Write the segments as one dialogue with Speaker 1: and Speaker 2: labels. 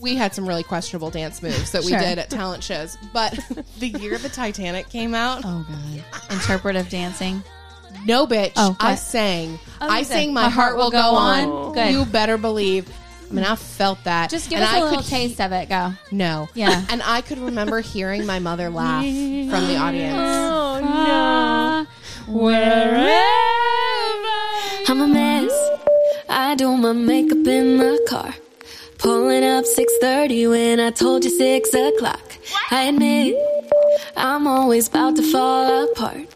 Speaker 1: We had some really questionable dance moves that we
Speaker 2: Sure.
Speaker 1: did at talent shows, but the year the Titanic came out,
Speaker 2: Oh god. Interpretive dancing.
Speaker 1: no bitch,
Speaker 2: Oh,
Speaker 1: I
Speaker 2: what?
Speaker 1: sang.
Speaker 2: Oh,
Speaker 1: I
Speaker 2: you
Speaker 1: sang
Speaker 2: did.
Speaker 1: my, heart, will go, on.
Speaker 2: Good.
Speaker 1: You better believe. I mean, I felt that.
Speaker 2: Just give
Speaker 1: And
Speaker 2: us a
Speaker 1: I
Speaker 2: little
Speaker 1: could
Speaker 2: taste of it. Go.
Speaker 1: he- no.
Speaker 2: Yeah.
Speaker 1: And I could remember hearing my mother laugh from the audience.
Speaker 2: Oh no. Wherever.
Speaker 3: I'm a mess. I do my makeup in the car. Pulling up 6:30 when I told you six o'clock. I admit I'm always about to fall apart,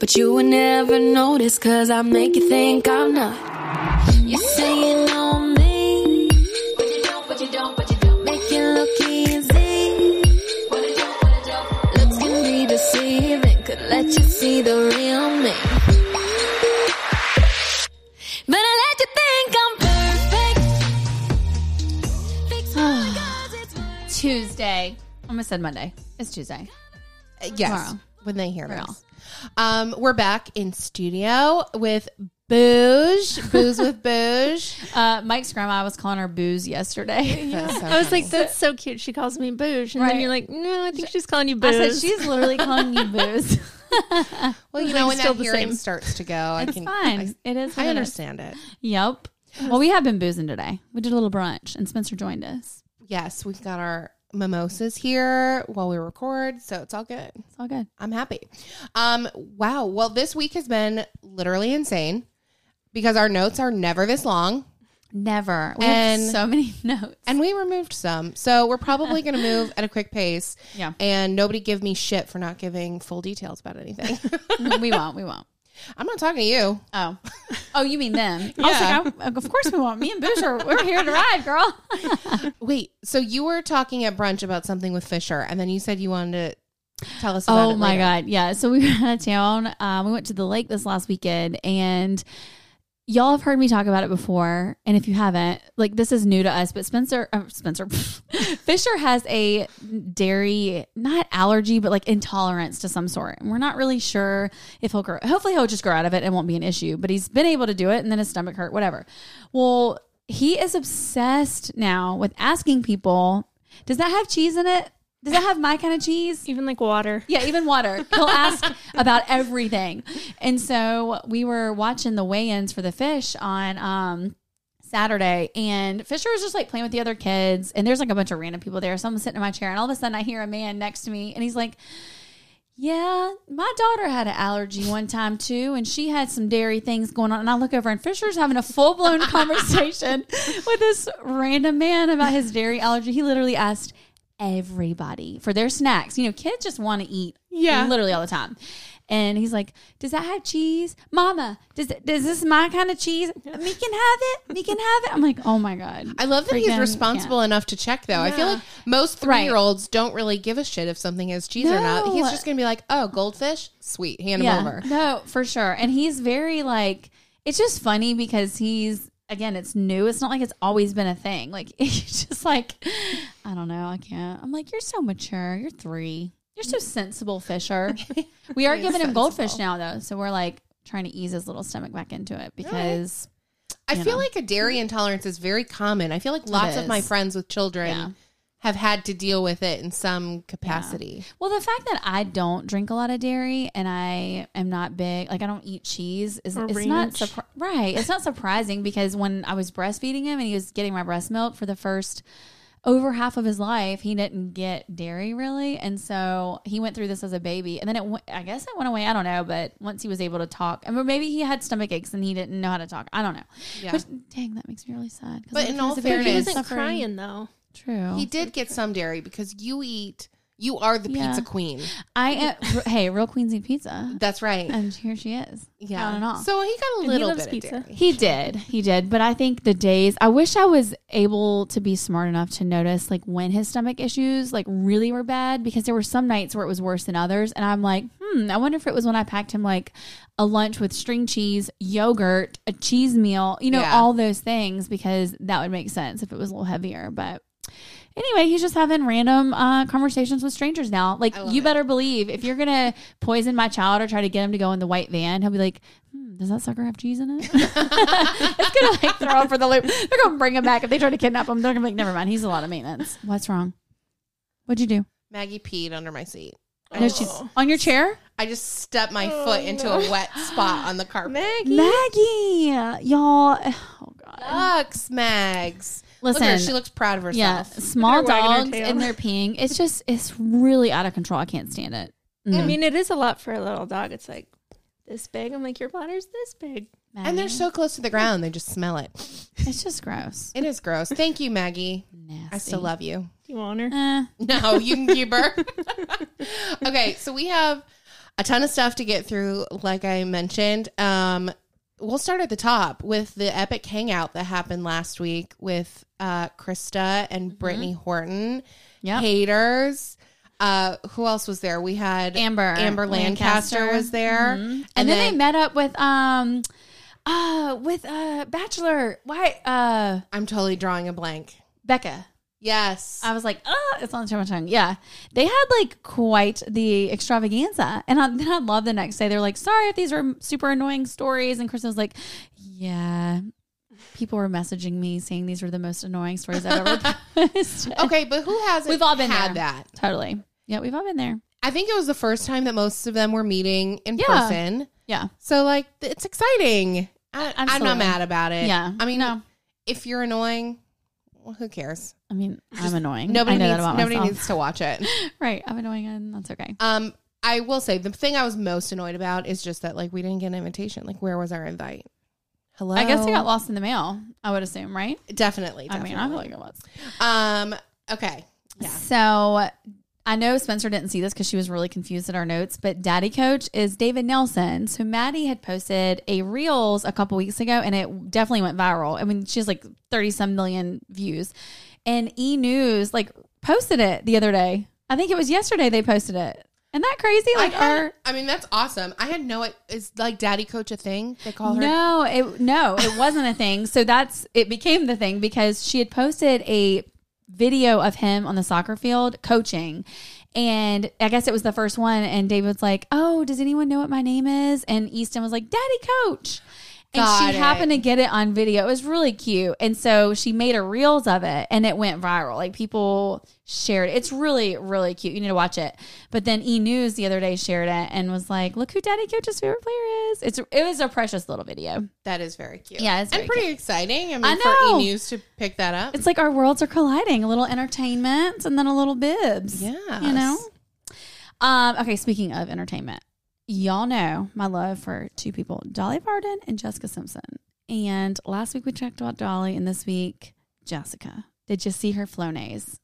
Speaker 3: but you would never notice 'cause I make you think I'm not. You say you know me, but you don't, but you don't, but you don't. Make it look easy. What a joke, what a joke. Looks can be deceiving, could let you see the real me. But I let you think I'm perfect. Fix my girls, it's perfect.
Speaker 2: Tuesday. I almost said Monday. It's Tuesday. Uh,
Speaker 1: Yes.
Speaker 2: Tomorrow.
Speaker 1: When they hear
Speaker 2: Tomorrow.
Speaker 1: this. Um, we're back in studio with Booge. Booze with Booge.
Speaker 2: Uh, Mike's grandma I was calling her booze yesterday.
Speaker 1: That's so
Speaker 4: I was
Speaker 1: funny.
Speaker 4: like, that's so cute. She calls me Boosh. And
Speaker 2: Right.
Speaker 4: then you're like, no, I think she's calling you
Speaker 2: I
Speaker 4: Boosh.
Speaker 2: said she's literally calling you booze.
Speaker 1: well, you
Speaker 4: It's
Speaker 1: know,
Speaker 4: like
Speaker 1: when
Speaker 4: still
Speaker 1: that
Speaker 4: the
Speaker 1: hearing
Speaker 4: same.
Speaker 1: starts to go, I
Speaker 2: It's
Speaker 1: can.
Speaker 2: fine. it is. what
Speaker 1: I, I
Speaker 2: it is.
Speaker 1: understand it.
Speaker 2: Yep. Well, we have been boozing today. We did a little brunch, and Spencer joined us.
Speaker 1: Yes, we've got our mimosas here while we record, so it's all good.
Speaker 2: It's all good.
Speaker 1: I'm happy. Um, wow. Well, this week has been literally insane because our notes are never this long,
Speaker 2: Never. We
Speaker 1: And-
Speaker 2: have so many notes.
Speaker 1: and we removed some, so we're probably going to move at a quick pace.
Speaker 2: Yeah.
Speaker 1: And nobody give me shit for not giving full details about anything.
Speaker 2: we won't. We won't.
Speaker 1: I'm not talking to you.
Speaker 2: Oh, oh, you mean them?
Speaker 1: Yeah.
Speaker 2: I was like, I, of course we want. Me and Boosh are we're here to ride, girl.
Speaker 1: Wait. So you were talking at brunch about something with Fisher, and then you said you wanted to tell us. about
Speaker 2: oh
Speaker 1: it
Speaker 2: my
Speaker 1: later.
Speaker 2: god, yeah. So we were out of town. Um, we went to the lake this last weekend, and y'all have heard me talk about it before. And if you haven't, like this is new to us, but Spencer, uh, Spencer Fisher has a dairy not allergy, but like intolerance to some sort, and we're not really sure if he'll grow. Hopefully, he'll just grow out of it and won't be an issue. But he's been able to do it, and then his stomach hurt, whatever. Well, he is obsessed now with asking people, "Does that have cheese in it?" Does that have my kind of cheese?
Speaker 4: even like water.
Speaker 2: Yeah, even water. He'll ask about everything. And so we were watching the weigh-ins for the fish on um Saturday and Fisher was just like playing with the other kids and there's like a bunch of random people there. So I'm sitting in my chair and all of a sudden I hear a man next to me and he's like, Yeah, my daughter had an allergy one time too, and she had some dairy things going on. And I look over and Fisher's having a full blown conversation with this random man about his dairy allergy. He literally asked everybody for their snacks. You know, kids just want to eat
Speaker 4: Yeah.
Speaker 2: literally all the time. And he's like, "Does that have cheese, Mama? Does does this my kind of cheese? We can have it. We can have it." I'm like, "Oh my god!"
Speaker 1: I love that
Speaker 2: Freaking-
Speaker 1: he's
Speaker 2: yeah.
Speaker 1: responsible enough to check, though. I feel
Speaker 4: Yeah.
Speaker 1: like most
Speaker 2: Right.
Speaker 1: three year olds don't really give a shit if something is cheese or not. He's
Speaker 2: No.
Speaker 1: just going to be like, oh, goldfish? Sweet. Hand him over.
Speaker 2: No, for sure. And he's very like it's just funny because he's again, it's new. It's not like it's always been a thing. Like he's just like I don't know, I can't. I'm like, You're so mature. You're three. You're so sensible, Fisher. we are giving him goldfish now though, so we're like trying to ease his little stomach back into it because
Speaker 1: I
Speaker 2: You
Speaker 1: feel
Speaker 2: know.
Speaker 1: like a dairy intolerance is very common. I feel like lots of my
Speaker 2: is.
Speaker 1: friends with children
Speaker 2: Yeah.
Speaker 1: have had to deal with it in some capacity.
Speaker 2: Well, the fact that I don't drink a lot of dairy and I am not big, like I don't eat cheese, is
Speaker 4: Or
Speaker 2: it's not
Speaker 4: ranch.
Speaker 2: surpri- right. It's not surprising because when I was breastfeeding him and he was getting my breast milk for the first, over half of his life he didn't get dairy really, and so he went through this as a baby, and then it went- I guess it went away. I don't know, but once he was able to talk, I mean, maybe he had stomach aches and he didn't know how to talk. I don't know.
Speaker 1: Yeah.
Speaker 2: But dang, that makes me really sad. 'cause
Speaker 1: But
Speaker 2: what
Speaker 1: in
Speaker 2: if he
Speaker 1: all
Speaker 2: was a
Speaker 4: But
Speaker 2: baby
Speaker 4: he
Speaker 1: fairness-
Speaker 4: wasn't
Speaker 2: suffering?
Speaker 4: crying though.
Speaker 2: True.
Speaker 1: He did get some dairy because you eat. You are the
Speaker 2: Yeah.
Speaker 1: pizza queen.
Speaker 2: I am. hey, real Queens eat pizza,
Speaker 1: That's right.
Speaker 2: and here she is. out and off.
Speaker 1: So he got a
Speaker 4: he
Speaker 1: little
Speaker 4: loves
Speaker 1: bit
Speaker 4: pizza.
Speaker 1: of dairy.
Speaker 2: He did. He did. But I think the days, I wish I was able to be smart enough to notice like when his stomach issues like really were bad because there were some nights where it was worse than others. And I'm like, hmm, I wonder if it was when I packed him like a lunch with string cheese, yogurt, a cheese meal, you know,
Speaker 1: Yeah.
Speaker 2: all those things because that would make sense if it was a little heavier. But anyway, he's just having random uh, conversations with strangers now. Like,
Speaker 1: I love
Speaker 2: you
Speaker 1: it.
Speaker 2: better believe if you're going to poison my child or try to get him to go in the white van, he'll be like, hmm, does that sucker have cheese in it? it's going to like throw him for the loop. They're going to bring him back. If they try to kidnap him, they're going to be like, never mind. He's a lot of maintenance. What's wrong? What'd you do?
Speaker 1: Maggie peed under my seat.
Speaker 2: I know she's
Speaker 1: Oh.
Speaker 2: on your chair.
Speaker 1: I just stepped my
Speaker 2: Oh,
Speaker 1: foot into a wet spot on the carpet.
Speaker 4: Maggie.
Speaker 2: Maggie, y'all. Oh, God.
Speaker 1: Sucks, Mags. Look at her.
Speaker 2: Listen.
Speaker 1: She looks proud of
Speaker 2: Yeah,
Speaker 1: herself.
Speaker 2: small
Speaker 4: They're wagging their
Speaker 2: dogs
Speaker 4: tail.
Speaker 2: and they're peeing. It's just, it's really out of control. I can't stand it.
Speaker 4: I mean, it is a lot for a little dog. It's like this big. I'm like, your bladder's this big.
Speaker 1: And they're
Speaker 2: Maggie.
Speaker 1: so close to the ground, they just smell it.
Speaker 2: It's just gross.
Speaker 1: It is gross. Thank you, Maggie.
Speaker 2: Nasty.
Speaker 1: I still love you.
Speaker 4: Do you want her?
Speaker 2: Eh,
Speaker 1: No, you can keep her. okay, so we have a ton of stuff to get through, like I mentioned. Um, we'll start at the top with the epic hangout that happened last week with uh, Krista and Brittany Horton.
Speaker 2: Yep.
Speaker 1: Haters. Uh, who else was there? We had
Speaker 2: Amber.
Speaker 1: Amber Lancaster,
Speaker 2: Lancaster. Mm-hmm.
Speaker 1: was there,
Speaker 2: And, then, they met up with um uh with uh Bachelor. Why uh
Speaker 1: I'm totally drawing a blank.
Speaker 2: Becca.
Speaker 1: Yes,
Speaker 2: I was like, oh, it's on the tip of my tongue. Yeah. They had like quite the extravaganza. And I, then I love the next day. They're like, sorry if these are super annoying stories. And Krista was like, yeah. People were messaging me saying these were the most annoying stories I've ever posted.
Speaker 1: okay, but who hasn't?
Speaker 2: We've all been
Speaker 1: had
Speaker 2: there.
Speaker 1: that.
Speaker 2: Totally. Yeah, we've all been there.
Speaker 1: I think it was the first time that most of them were meeting in
Speaker 2: Yeah.
Speaker 1: person.
Speaker 2: Yeah.
Speaker 1: So like th- it's exciting. I, I'm
Speaker 2: Uh, Absolutely.
Speaker 1: not mad about it.
Speaker 2: Yeah.
Speaker 1: I mean,
Speaker 2: No.
Speaker 1: if you're annoying, well, who cares?
Speaker 2: I mean, I'm annoying.
Speaker 1: Nobody
Speaker 2: I know
Speaker 1: needs
Speaker 2: that about
Speaker 1: nobody
Speaker 2: myself.
Speaker 1: needs to watch it.
Speaker 2: Right. I'm annoying and that's okay.
Speaker 1: Um, I will say the thing I was most annoyed about is just that like we didn't get an invitation. Like where was our invite? Hello.
Speaker 2: I guess I got lost in the mail, I would assume, right?
Speaker 1: Definitely. definitely.
Speaker 2: I mean, I feel like it was.
Speaker 1: Um. Okay. Yeah.
Speaker 2: So I know Spencer didn't see this because she was really confused at our notes, but Daddy Coach is David Nelson. So Maddie had posted a Reels a couple weeks ago and it definitely went viral. I mean, she has like 30 some million views. And E News like posted it the other day. I think it was yesterday they posted it. Isn't that crazy? Like
Speaker 1: I, had-
Speaker 2: our
Speaker 1: I mean, that's awesome. I had no. Is like daddy coach a thing? They call her.
Speaker 2: No, it no, it wasn't a thing. So that's it became the thing because she had posted a video of him on the soccer field coaching. And I guess it was the first one and David was like, "Oh, does anyone know what my name is?" And Easton was like, "Daddy coach." And
Speaker 1: Got
Speaker 2: she
Speaker 1: it.
Speaker 2: happened to get it on video. It was really cute. And so she made a reels of it and it went viral. Like people shared it. It's really, really cute. You need to watch it. But then E News the other day shared it and was like, look who Daddy Coach's favorite player is. It's it was a precious little video.
Speaker 1: That is very cute.
Speaker 2: Yeah, it's
Speaker 1: and
Speaker 2: very
Speaker 1: pretty exciting. I mean,
Speaker 2: I
Speaker 1: for
Speaker 2: know.
Speaker 1: E News to pick that up.
Speaker 2: It's like our worlds are colliding, a little entertainment and then a little bibs.
Speaker 1: Yes.
Speaker 2: You know? Um, okay, speaking of entertainment, y'all know my love for two people, Dolly Varden and Jessica Simpson. And last week we talked about Dolly, and this week, Jessica. Did you see her flonase?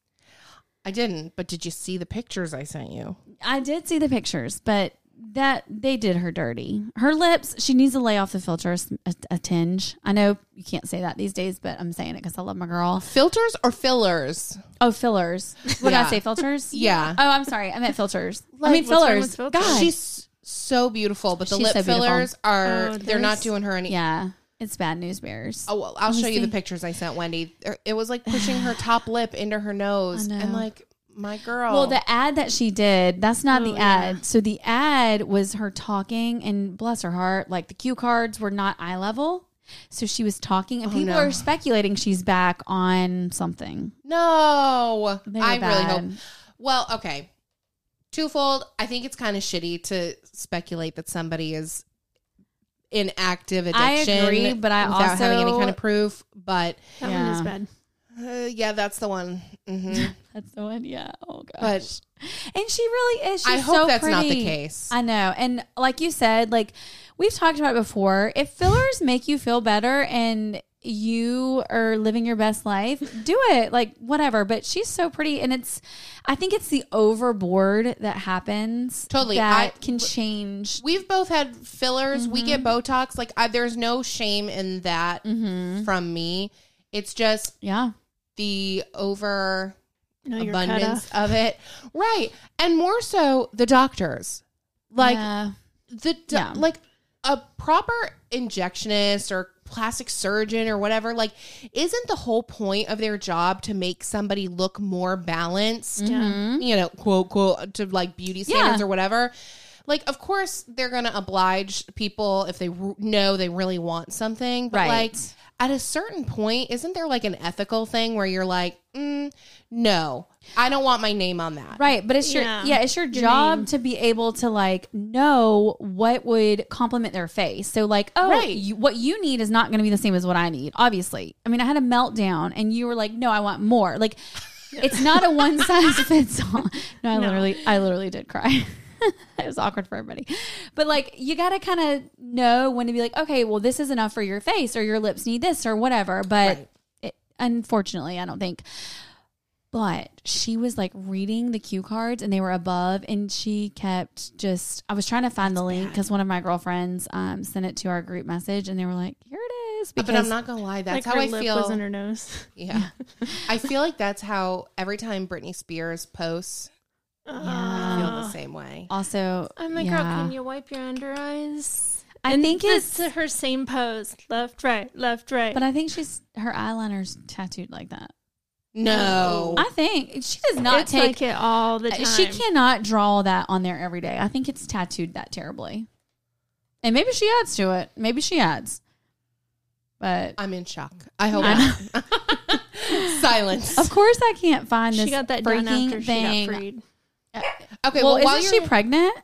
Speaker 1: I didn't, but did you see the pictures I sent you?
Speaker 2: I did see the pictures, but that they did her dirty. Her lips, she needs to lay off the filters a, a tinge. I know you can't say that these days, but I'm saying it because I love my girl.
Speaker 1: Filters or fillers?
Speaker 2: Oh, fillers. What did
Speaker 1: Yeah.
Speaker 2: I say? Filters?
Speaker 1: Yeah.
Speaker 2: Oh, I'm sorry. I meant filters. I
Speaker 4: Like,
Speaker 2: mean
Speaker 4: what's wrong
Speaker 2: fillers.
Speaker 4: with filters?
Speaker 2: God.
Speaker 1: She's so beautiful, but the
Speaker 2: She's
Speaker 1: lip
Speaker 2: so beautiful.
Speaker 1: fillers are,
Speaker 4: Oh,
Speaker 1: they're not
Speaker 4: there's-
Speaker 1: doing her any.
Speaker 2: yeah. It's bad news bears.
Speaker 1: Oh, well, I'll
Speaker 2: Let me
Speaker 1: show you
Speaker 2: see.
Speaker 1: the pictures I sent Wendy. Er, It was like pushing her top lip into her nose.
Speaker 2: I
Speaker 1: And
Speaker 2: know.
Speaker 1: like, my girl.
Speaker 2: Well, the ad that she did, that's not
Speaker 4: Oh,
Speaker 2: the ad. So the ad was her talking, and bless her heart, like the cue cards were not eye level. So she was talking, and people
Speaker 1: Oh, no.
Speaker 2: are speculating she's back on something.
Speaker 1: no.
Speaker 2: They were
Speaker 1: I really
Speaker 2: bad.
Speaker 1: hope. Well, okay. Twofold. I think it's kind of shitty to speculate that somebody is in active
Speaker 2: I
Speaker 1: addiction.
Speaker 2: agree, but I
Speaker 1: without having any
Speaker 2: also-
Speaker 1: kind of proof. But
Speaker 4: That
Speaker 2: Yeah.
Speaker 4: one is bad.
Speaker 1: Uh, yeah, that's the one. hmm
Speaker 2: That's the one. Yeah. Oh gosh.
Speaker 1: But
Speaker 2: and she really is. She's
Speaker 1: I hope
Speaker 2: so
Speaker 1: that's not the
Speaker 2: pretty.
Speaker 1: case.
Speaker 2: I know. And like you said, like we've talked about it before, if fillers make you feel better and you are living your best life, do it. Like whatever. But she's so pretty and it's I think it's the overboard that happens.
Speaker 1: Totally.
Speaker 2: That
Speaker 1: I-
Speaker 2: can change.
Speaker 1: We've both had fillers. We get
Speaker 2: Mm-hmm.
Speaker 1: Botox. Like, I, there's no shame in that
Speaker 2: Mm-hmm.
Speaker 1: from me. It's just
Speaker 2: Yeah.
Speaker 1: the over
Speaker 4: No, you're cut
Speaker 1: abundance
Speaker 4: off.
Speaker 1: of it. Right. And more so, the doctors. Like,
Speaker 2: Yeah.
Speaker 1: the do-
Speaker 2: Yeah.
Speaker 1: like a proper injectionist or plastic surgeon or whatever like isn't the whole point of their job to make somebody look more balanced you know quote quote to like beauty standards
Speaker 2: Mm-hmm. Yeah.
Speaker 1: or whatever like of course they're gonna oblige people if they r- know they really want something but
Speaker 2: Right.
Speaker 1: like at a certain point isn't there like an ethical thing where you're like mm, no i don't want my name on that
Speaker 2: Right, but it's your yeah,
Speaker 4: Yeah.
Speaker 2: it's your, job to be able to like know what would complement their face. So like, oh,
Speaker 1: Right.
Speaker 2: you, what you need is not going to be the same as what I need. Obviously, I mean, I had a meltdown, and you were like, no, I want more. Like, it's not a one size fits all. No, I literally, I literally did cry. it was awkward for everybody, but like, you got to kind of know when to be like, okay, well, this is enough for your face, or your lips need this, or whatever. But
Speaker 1: Right.
Speaker 2: it, unfortunately, I don't think but she was like reading the cue cards and they were above and she kept just i was trying to find the link because one of my girlfriends um, sent it to our group message and they were like here it is
Speaker 1: but i'm not gonna lie that's
Speaker 4: like
Speaker 1: how i
Speaker 4: her lip
Speaker 1: feel
Speaker 4: was in her nose.
Speaker 1: Yeah. I feel like that's how every time Britney Spears posts, I feel the
Speaker 4: Ah.
Speaker 1: same way.
Speaker 2: also
Speaker 4: I'm like,
Speaker 2: yeah.
Speaker 4: girl, can you wipe your under eyes?
Speaker 2: i think
Speaker 4: It's
Speaker 2: it's
Speaker 4: her same pose, left, right, left, right.
Speaker 2: but i think she's her eyeliner's tattooed like that
Speaker 1: No.
Speaker 2: i think she does not
Speaker 4: it's
Speaker 2: take
Speaker 4: like it all the time.
Speaker 2: she cannot draw that on there every day i think it's tattooed that terribly and maybe she adds to it maybe she adds but
Speaker 1: I'm in shock. I hope not. Silence.
Speaker 2: Of course, I can't find this
Speaker 4: She got that
Speaker 2: freaking
Speaker 4: done after she
Speaker 2: thing.
Speaker 4: got freed.
Speaker 1: Okay,
Speaker 2: well,
Speaker 1: well, while
Speaker 2: isn't
Speaker 1: you're,
Speaker 2: she pregnant?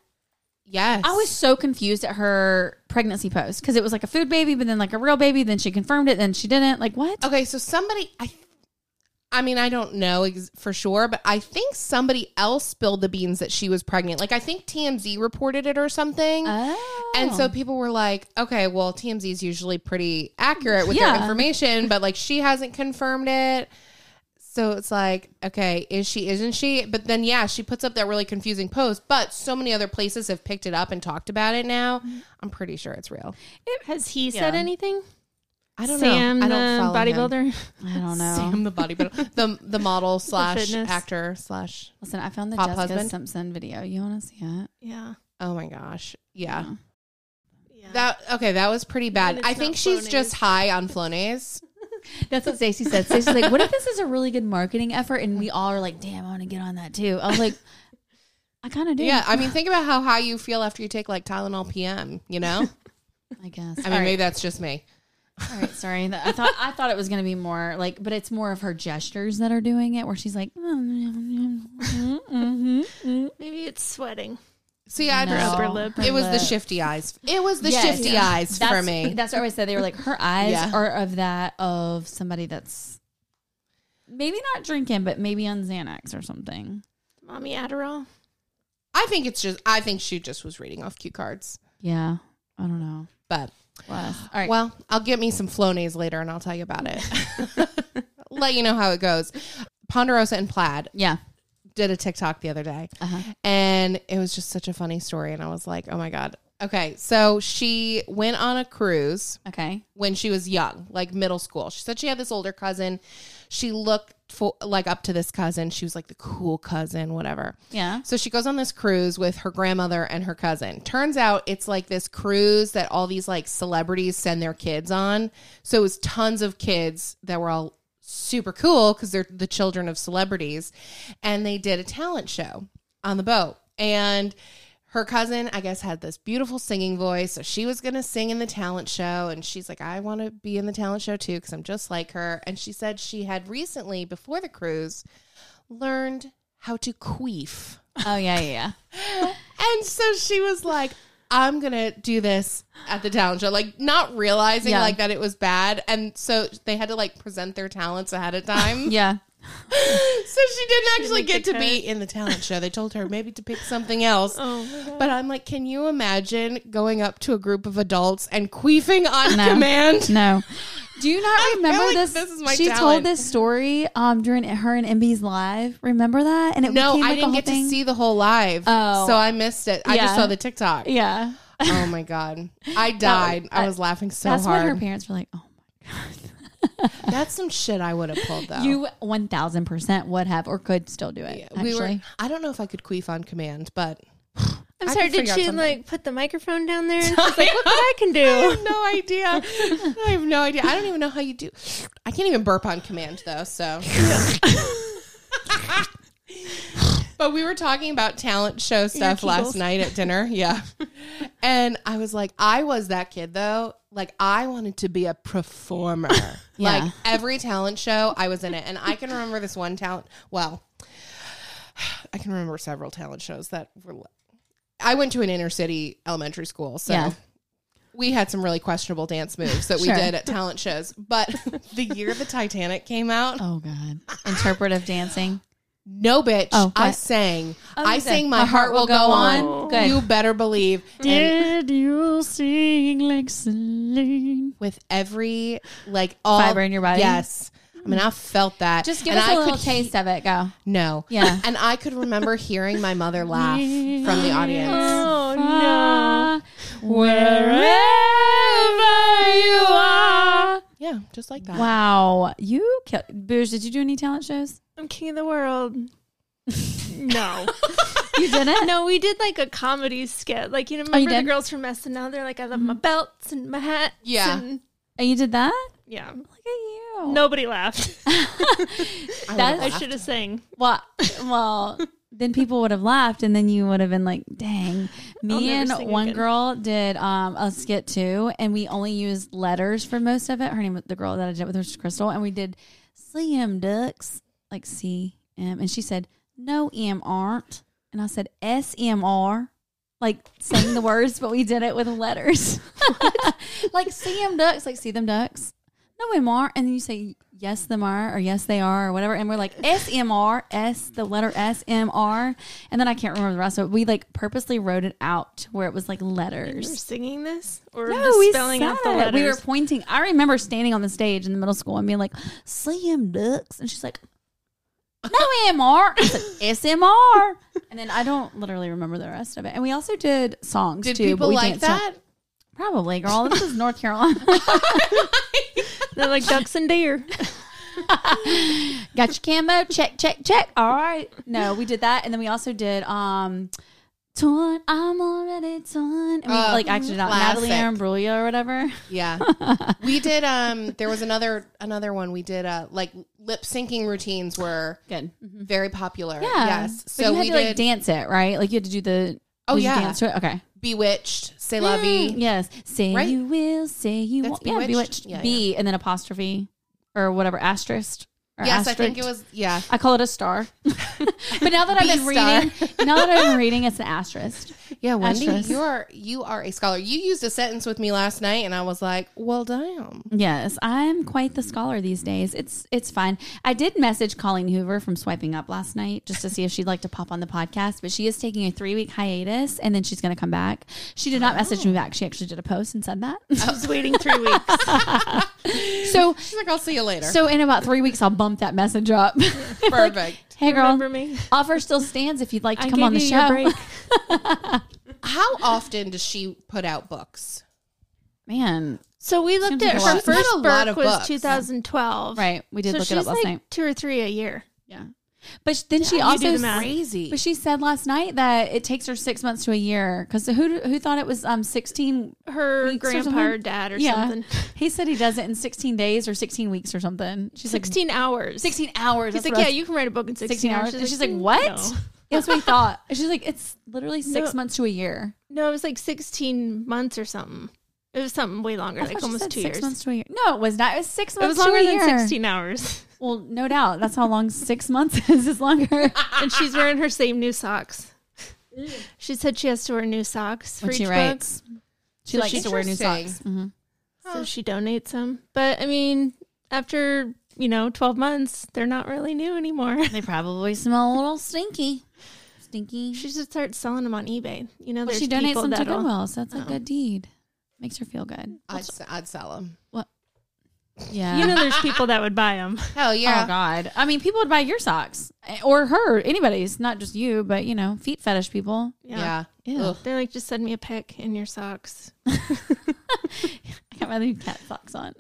Speaker 1: yes.
Speaker 2: I was so confused at her pregnancy post because it was like a food baby, but then like a real baby. Then she confirmed it, then she didn't. Like what?
Speaker 1: Okay, so somebody I I mean, I don't know ex- for sure, but I think somebody else spilled the beans that she was pregnant. Like I think TMZ reported it or something.
Speaker 2: Oh.
Speaker 1: And so people were like, okay, well, TMZ is usually pretty accurate with
Speaker 2: Yeah.
Speaker 1: their information, but like she hasn't confirmed it. So it's like, okay, is she, isn't she? But then, yeah, she puts up that really confusing post, but so many other places have picked it up and talked about it now. I'm pretty sure it's real.
Speaker 4: Has he said
Speaker 2: Yeah.
Speaker 4: anything?
Speaker 1: I don't
Speaker 4: Sam,
Speaker 1: know. I
Speaker 4: the
Speaker 1: don't follow him.
Speaker 4: bodybuilder.
Speaker 2: I don't know.
Speaker 1: Sam, the bodybuilder, the, the model slash
Speaker 4: fitness.
Speaker 1: actor slash,
Speaker 2: Listen, I found the
Speaker 1: Pop
Speaker 2: Jessica
Speaker 1: husband?
Speaker 2: Simpson video. You want to see it?
Speaker 4: Yeah.
Speaker 1: oh my gosh. Yeah.
Speaker 2: No.
Speaker 4: yeah.
Speaker 1: That, okay, that was pretty bad.
Speaker 4: it's
Speaker 1: I think
Speaker 4: not
Speaker 1: she's just
Speaker 4: Flonase.
Speaker 1: high on Flonase.
Speaker 2: That's what Stacey said. Stacey's like, "What if this is a really good marketing effort?" And we all are like, "Damn, I want to get on that too." I was like, "I kind of do."
Speaker 1: Yeah, I mean, think about how high you feel after you take like Tylenol PM. You know,
Speaker 2: I guess.
Speaker 1: I mean, maybe that's just me.
Speaker 2: All right, sorry. That- I thought I thought it was going to be more like, but it's more of her gestures that are doing it, where she's like, "Mm,
Speaker 4: Maybe it's sweating.
Speaker 1: See, I
Speaker 2: No.
Speaker 1: just,
Speaker 4: upper lip.
Speaker 1: it was the
Speaker 2: lip.
Speaker 1: shifty eyes. It was the
Speaker 2: Yes.
Speaker 1: shifty eyes
Speaker 2: that's,
Speaker 1: for me.
Speaker 2: That's what I said. They were like, her eyes
Speaker 1: Yeah.
Speaker 2: are of that of somebody that's maybe not drinking, but maybe on Xanax or something.
Speaker 4: Mommy Adderall.
Speaker 1: I think it's just. I think she just was reading off cue cards.
Speaker 2: Yeah, I don't know.
Speaker 1: But
Speaker 2: Bless. All right.
Speaker 1: well, I'll get me some Flonase later, and I'll tell you about it. Let you know how it goes. Ponderosa and Plaid
Speaker 2: yeah.
Speaker 1: did a TikTok the other day,
Speaker 2: Uh-huh.
Speaker 1: and it was just such a funny story. And I was like, oh my god. Okay, so she went on a cruise.
Speaker 2: Okay.
Speaker 1: when she was young, like middle school. She said she had this older cousin. She looked for like up to this cousin. She was like the cool cousin, whatever.
Speaker 2: Yeah.
Speaker 1: So she goes on this cruise with her grandmother and her cousin. Turns out it's like this cruise that all these like celebrities send their kids on. So it was tons of kids that were all super cool because they're the children of celebrities. And they did a talent show on the boat. And her cousin, I guess, had this beautiful singing voice. So she was going to sing in the talent show. And she's like, I want to be in the talent show too because I'm just like her. And she said she had recently, before the cruise, learned how to queef.
Speaker 2: Oh yeah, yeah, yeah.
Speaker 1: And so she was like, I'm gonna do this at the talent show, like not realizing
Speaker 2: Yeah.
Speaker 1: like that it was bad, and so they had to like present their talents ahead of time.
Speaker 2: Yeah.
Speaker 1: So she didn't actually
Speaker 4: make
Speaker 1: get
Speaker 4: the
Speaker 1: to be in the talent show. They told her maybe to pick something else.
Speaker 4: Oh my God.
Speaker 1: But I'm like, can you imagine going up to a group of adults and queefing on
Speaker 2: No.
Speaker 1: command?
Speaker 2: No. Do you not remember
Speaker 1: like
Speaker 2: this?
Speaker 1: this is my
Speaker 2: she told
Speaker 1: talent.
Speaker 2: this story um, during her and MB's live. Remember that? And it
Speaker 1: No,
Speaker 2: became,
Speaker 1: I
Speaker 2: like, a
Speaker 1: didn't
Speaker 2: whole
Speaker 1: get
Speaker 2: thing.
Speaker 1: to see the whole live.
Speaker 2: Oh.
Speaker 1: So I missed it. I just
Speaker 2: Yeah.
Speaker 1: saw the TikTok.
Speaker 2: Yeah,
Speaker 1: Oh my God. I died. I was laughing so
Speaker 2: that's when her
Speaker 1: hard.
Speaker 2: parents were like, "Oh
Speaker 1: That's some shit I would have pulled though.
Speaker 2: You one thousand percent would have or could still do it.
Speaker 1: we
Speaker 2: actually.
Speaker 1: were I don't know if I could queef on command, but
Speaker 4: I'm
Speaker 1: I
Speaker 4: sorry.
Speaker 1: could
Speaker 4: Did
Speaker 1: figure
Speaker 4: she
Speaker 1: out something.
Speaker 4: like put the microphone down there? And she's like, look what I can do.
Speaker 1: no idea. I have no idea. I don't even know how you do. I can't even burp on command though. So. but we were talking about talent show stuff last
Speaker 4: Kegels.
Speaker 1: night at dinner. Yeah, and I was like, I was that kid though. Like I wanted to be a performer.
Speaker 2: Yeah.
Speaker 1: Like every talent show, I was in it, and I can remember this one talent. Well, I can remember several talent shows that were. I went to an inner city elementary school, so
Speaker 2: Yeah.
Speaker 1: we had some really questionable dance moves that we
Speaker 2: Sure.
Speaker 1: did at talent shows. But the year the Titanic came out,
Speaker 2: Oh God, interpretive dancing.
Speaker 1: no bitch,
Speaker 2: Oh,
Speaker 1: I
Speaker 2: what?
Speaker 1: sang.
Speaker 2: Oh,
Speaker 1: I
Speaker 2: you did.
Speaker 1: sang my, heart, will go, on.
Speaker 2: Good.
Speaker 1: You better believe. And
Speaker 2: Did you sing like Celine?
Speaker 1: with every like all
Speaker 2: Fiber in your body?
Speaker 1: Yes. I mean, I felt that.
Speaker 2: Just give
Speaker 1: And
Speaker 2: us a
Speaker 1: I
Speaker 2: little
Speaker 1: could
Speaker 2: taste of it. Go.
Speaker 1: No.
Speaker 2: Yeah.
Speaker 1: And I could remember hearing my mother laugh from the audience.
Speaker 4: Oh no.
Speaker 2: Wherever you are.
Speaker 1: Yeah, just like that.
Speaker 2: Wow, you killed. Booze, did you do any talent shows?
Speaker 4: I'm king of the world. no.
Speaker 2: You didn't.
Speaker 4: No, we did like a comedy skit. Like you remember
Speaker 2: Oh, you
Speaker 4: the
Speaker 2: did? Mm-hmm.
Speaker 4: girls from SNL? They're like, I love my belts and my hats.
Speaker 1: Yeah.
Speaker 4: and-
Speaker 2: Oh, you did that.
Speaker 4: yeah.
Speaker 2: Look at you.
Speaker 4: Nobody laughed.
Speaker 1: I
Speaker 2: that-
Speaker 1: would've
Speaker 4: I
Speaker 1: laughed.
Speaker 4: should have sang.
Speaker 2: Well, well, then people would have laughed, and then you would have been like, "Dang!"
Speaker 4: I'll
Speaker 2: Me
Speaker 4: never
Speaker 2: and
Speaker 4: sing
Speaker 2: one
Speaker 4: again.
Speaker 2: girl did um, a skit too, and we only used letters for most of it. Her name, was the girl that I did it with, was Crystal, and we did "CM Ducks," like C M, and she said, "No M aren't," and I said S M R. Like saying the words, but we did it with letters. like see 'em ducks, like see them ducks. No MR, and then you say yes them are or yes they are or whatever, and we're like S M R S the letter S M R, and then I can't remember the rest. So we like purposely wrote it out to where it was like
Speaker 4: You were
Speaker 2: letters.
Speaker 4: singing this, or
Speaker 2: No,
Speaker 4: just
Speaker 2: we
Speaker 4: spelling out the
Speaker 2: said it.
Speaker 4: letters.
Speaker 2: We were pointing. I remember standing on the stage in the middle school and being like, "See 'em ducks," and she's like, "No MR, I said, S M R," and then I don't literally remember the rest of it. And we also did songs
Speaker 1: Did
Speaker 2: too. but
Speaker 1: people
Speaker 2: we
Speaker 1: like
Speaker 2: danced on-
Speaker 1: that?
Speaker 2: Probably, girl. This is North Carolina.
Speaker 4: They're like ducks and deer.
Speaker 2: Got your camo. Check, check, check. All right. No, we did that, and then we also did um, torn. I'm already torn. And we
Speaker 1: Oh,
Speaker 2: like acted it out
Speaker 1: classic.
Speaker 2: Natalie Imbruglia or whatever.
Speaker 1: Yeah. we did um there was another another one we did uh like lip syncing routines were
Speaker 2: Good.
Speaker 1: very popular.
Speaker 2: Yeah.
Speaker 1: Yes.
Speaker 2: But
Speaker 1: So
Speaker 2: you had
Speaker 1: we
Speaker 2: to
Speaker 1: did
Speaker 2: like dance it, right? Like you had to do the.
Speaker 1: Oh,
Speaker 2: did you
Speaker 1: yeah.
Speaker 2: dance to it. Okay.
Speaker 1: Bewitched, Say Lovey.
Speaker 2: Yes. Say
Speaker 1: Right?
Speaker 2: you will. Say you
Speaker 1: That's
Speaker 2: won't. Yeah.
Speaker 1: Bewitched.
Speaker 2: Bewitched.
Speaker 1: Yeah,
Speaker 2: B and then apostrophe or whatever asterisk. Or
Speaker 1: Yes, I think it
Speaker 2: asterisk.
Speaker 1: was yeah.
Speaker 2: I call it a star. but now that I've been
Speaker 1: Be star.
Speaker 2: reading, now that I've been reading, it's an asterisk.
Speaker 1: Yeah, Wendy,
Speaker 2: Asterisk.
Speaker 1: you are you are a scholar. You used a sentence with me last night and I was like, Well damn.
Speaker 2: Yes, I'm quite the scholar these days. It's it's fine. I did message Colleen Hoover from Swiping Up last night just to see if she'd like to pop on the podcast, but she is taking a three week hiatus and then she's going to come back. She did not message me back. She actually did a post and said that.
Speaker 4: I was waiting three weeks.
Speaker 2: so
Speaker 1: She's like, I'll see you later.
Speaker 2: so in about three weeks, I'll bump that message up.
Speaker 1: perfect.
Speaker 2: hey girl,
Speaker 4: Remember me?
Speaker 2: offer still stands if you'd like to
Speaker 4: I
Speaker 2: come
Speaker 4: gave
Speaker 2: on the
Speaker 4: you
Speaker 2: show.
Speaker 4: your break.
Speaker 1: How often does she put out books?
Speaker 2: Man,
Speaker 4: So we
Speaker 2: Seems
Speaker 4: looked
Speaker 2: like
Speaker 4: at
Speaker 2: a
Speaker 4: her
Speaker 2: lot.
Speaker 1: She's got
Speaker 4: first
Speaker 1: a lot
Speaker 4: book
Speaker 1: of
Speaker 4: was
Speaker 1: books.
Speaker 4: 2012.
Speaker 2: right? We did
Speaker 4: so
Speaker 2: look
Speaker 4: she's
Speaker 2: it up last
Speaker 4: like
Speaker 2: night.
Speaker 4: two or three a year.
Speaker 2: Yeah, but sh- then she
Speaker 4: you do
Speaker 2: also
Speaker 4: the math.
Speaker 1: Crazy.
Speaker 2: But she said last night that it takes her six months to a year because who who thought it was um sixteen
Speaker 4: Her
Speaker 2: Weeks or
Speaker 4: grandpa
Speaker 2: something?
Speaker 4: or dad or
Speaker 2: yeah
Speaker 4: something.
Speaker 2: he said he does it in sixteen days or sixteen weeks or something. She's like
Speaker 4: 16 hours.
Speaker 2: sixteen hours.
Speaker 4: He's
Speaker 2: That's what
Speaker 4: like,
Speaker 2: I
Speaker 4: yeah,
Speaker 2: was-
Speaker 4: you can write a book in 16,
Speaker 2: sixteen hours.
Speaker 4: hours.
Speaker 2: And she's like,
Speaker 4: "Mm,
Speaker 2: what?
Speaker 4: No.
Speaker 2: That's what he thought. And she's like, it's literally six
Speaker 4: No.
Speaker 2: months to a year.
Speaker 4: No, it was like 16 months or something. It was something way longer,
Speaker 2: I thought
Speaker 4: like
Speaker 2: she said
Speaker 4: almost two
Speaker 2: six
Speaker 4: years.
Speaker 2: months to a year. No, it was not. It was six
Speaker 4: It
Speaker 2: months.
Speaker 4: was longer
Speaker 2: to a
Speaker 4: than
Speaker 2: year.
Speaker 4: 16 hours.
Speaker 2: Well, no doubt. That's how long six months is. Is longer.
Speaker 4: and she's wearing her same new socks. She said she has to wear new socks for
Speaker 2: when
Speaker 4: each
Speaker 2: she
Speaker 4: book,
Speaker 2: writes. She
Speaker 1: So
Speaker 2: likes to wear new
Speaker 1: interesting.
Speaker 2: socks. hmm
Speaker 4: so she donates them. But I mean, after you know twelve months, they're not really new anymore.
Speaker 2: They probably smell a little stinky. Stinky.
Speaker 4: she should start selling them on eBay. You know,
Speaker 2: Well,
Speaker 4: there's
Speaker 2: she donates
Speaker 4: people Oh.
Speaker 2: them to
Speaker 4: that'll-
Speaker 2: Goodwill, so that's a good deed. Makes her feel good.
Speaker 1: I'd, s- I'd sell them.
Speaker 2: Yeah.
Speaker 4: You know, there's people that would buy them.
Speaker 1: Hell yeah.
Speaker 2: Oh God! I mean, people would buy your socks Eh, or her, anybody's, not just you, but you know, feet fetish people.
Speaker 1: yeah.
Speaker 2: Yeah,
Speaker 1: Ugh.
Speaker 4: They're like, just send me a pic in your socks.
Speaker 2: I got my new cat socks on.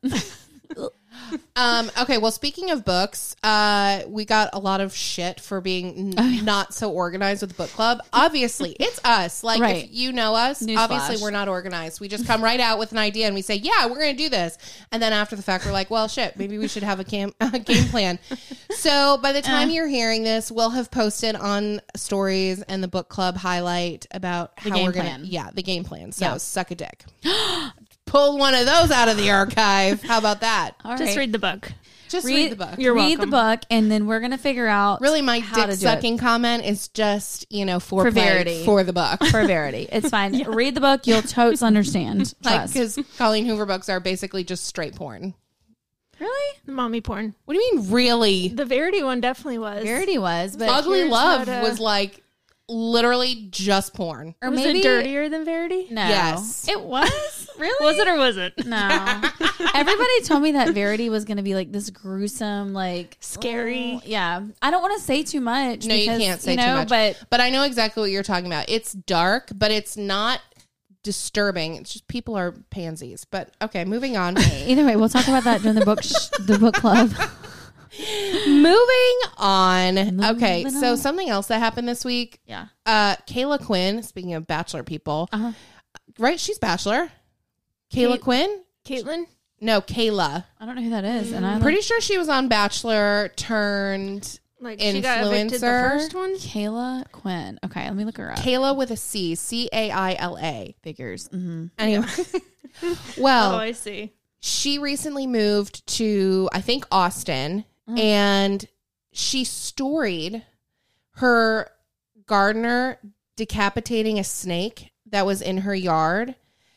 Speaker 1: Um, okay, well, speaking of books, uh, we got a lot of shit for being n-
Speaker 2: Oh,
Speaker 1: not so organized with the book club. Obviously, it's us. Like,
Speaker 2: Right.
Speaker 1: if you know us,
Speaker 2: Newsflash.
Speaker 1: obviously, we're not organized. We just come right out with an idea and we say, yeah, we're going to do this. And then after the fact, we're like, well, shit, maybe we should have a, cam- a game plan. So by the
Speaker 2: Uh.
Speaker 1: time you're hearing this, we'll have posted on stories and the book club highlight about how
Speaker 2: game
Speaker 1: we're going
Speaker 2: plan.
Speaker 1: to. Yeah, the game plan. So
Speaker 2: Yeah.
Speaker 1: suck a dick. Pull one of those out of the archive. How about that?
Speaker 2: All
Speaker 4: Just
Speaker 2: right.
Speaker 4: read the book.
Speaker 1: Just read, the book.
Speaker 4: You're
Speaker 2: read
Speaker 4: welcome.
Speaker 2: the book, and then we're gonna figure out
Speaker 1: Really, my
Speaker 2: how
Speaker 1: dick
Speaker 2: to do it.
Speaker 1: sucking comment is just you know for
Speaker 2: verity.
Speaker 1: for the book.
Speaker 2: for verity. It's fine. Read the book; you'll totes understand.
Speaker 1: Like
Speaker 2: Trust.
Speaker 1: because Colleen Hoover books are basically just straight porn.
Speaker 2: really,
Speaker 4: The mommy porn.
Speaker 1: What do you mean, really?
Speaker 4: The Verity one definitely was.
Speaker 2: verity was, but
Speaker 1: Ugly
Speaker 4: here's
Speaker 1: Love
Speaker 4: how to-
Speaker 1: was like literally just porn.
Speaker 2: or
Speaker 4: was
Speaker 2: maybe
Speaker 4: it dirtier than Verity?
Speaker 2: No,
Speaker 1: Yes.
Speaker 2: it was really
Speaker 4: Was it or was it?
Speaker 2: No. Everybody told me that Verity was going to be like this gruesome, like
Speaker 4: Scary.
Speaker 2: oh, yeah. I don't want to say too much.
Speaker 1: No,
Speaker 2: because,
Speaker 1: you can't say
Speaker 2: know,
Speaker 1: too much.
Speaker 2: But
Speaker 1: but I know exactly what you're talking about. It's dark, but it's not disturbing. It's just people are pansies. But okay, moving on.
Speaker 2: either way, we'll talk about that during the book sh- the book club.
Speaker 1: moving on. Okay,
Speaker 2: Moving
Speaker 1: so
Speaker 2: on.
Speaker 1: something else that happened this week.
Speaker 2: Yeah.
Speaker 1: Uh, Kayla Quinn. Speaking of Bachelor people,
Speaker 2: Uh-huh.
Speaker 1: right? She's Bachelor. Kayla
Speaker 4: Kate-
Speaker 1: Quinn?
Speaker 4: Caitlin?
Speaker 1: No, Kayla.
Speaker 4: Uh-huh.
Speaker 2: I don't know who that is, and I'm
Speaker 1: Mm. Pretty sure she was on Bachelor turned
Speaker 4: Like she got evicted the
Speaker 1: Influencer.
Speaker 4: first one?
Speaker 2: Kayla Quinn. Okay, let me look her up.
Speaker 1: uh, Kayla with a C, C A I L A.
Speaker 2: Figures. hmm
Speaker 1: Anyway.
Speaker 4: Oh,
Speaker 1: well,
Speaker 4: I see.
Speaker 1: she recently moved to, I think, Austin,
Speaker 4: Uh-huh.
Speaker 1: and she storied her gardener decapitating a snake that was in her yard.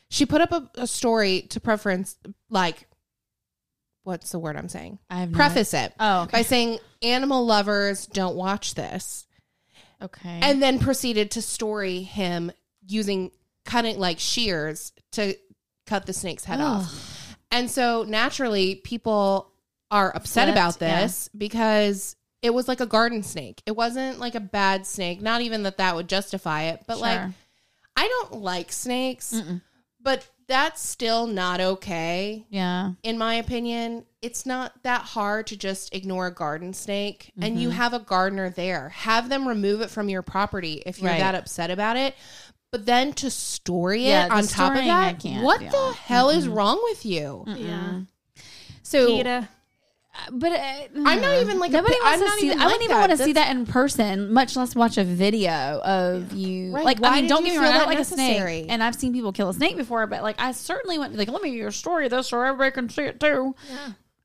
Speaker 1: She put up a, a story to preference, like, what's the word I'm saying?
Speaker 2: I have no-
Speaker 1: Preface it.
Speaker 2: Oh, okay.
Speaker 1: by saying animal lovers don't watch this
Speaker 2: okay.
Speaker 1: and then proceeded to story him using cutting like shears to cut the snake's head off and so naturally people are upset
Speaker 2: Flipped,
Speaker 1: about
Speaker 2: yeah.
Speaker 1: this because it was like a garden snake it wasn't like a bad snake not even that that would justify it but like
Speaker 2: Sure.
Speaker 1: i don't like snakes
Speaker 2: Mm-mm.
Speaker 1: but that's still not okay
Speaker 2: yeah,
Speaker 1: in my opinion, it's not that hard to just ignore a garden snake and
Speaker 2: Mm-hmm.
Speaker 1: you have a gardener there. Have them remove it from your property if you're
Speaker 2: Right.
Speaker 1: that upset about it. But then to story
Speaker 2: Yeah,
Speaker 1: it
Speaker 2: the
Speaker 1: on top of
Speaker 2: storying I
Speaker 1: that,
Speaker 2: can't
Speaker 1: what
Speaker 2: do.
Speaker 1: the hell is wrong with you?
Speaker 4: Yeah.
Speaker 1: So
Speaker 4: Gita.
Speaker 2: but uh,
Speaker 1: I'm not even like a
Speaker 2: nobody
Speaker 1: pi-
Speaker 2: wants
Speaker 1: I'm
Speaker 2: to
Speaker 1: not
Speaker 2: see.
Speaker 1: even
Speaker 2: I
Speaker 1: like
Speaker 2: wouldn't even
Speaker 1: that.
Speaker 2: want to see
Speaker 1: That's-
Speaker 2: that in person, much less watch a video of you.
Speaker 1: Right.
Speaker 2: Like,
Speaker 1: Why
Speaker 2: I mean,
Speaker 1: did
Speaker 2: don't
Speaker 1: you
Speaker 2: get me
Speaker 1: feel
Speaker 2: wrong, I
Speaker 1: that
Speaker 2: don't like a
Speaker 1: necessary?
Speaker 2: snake, and I've seen people kill a snake before, but like, I certainly wouldn't be like, let me hear your story of this, so everybody can see it too.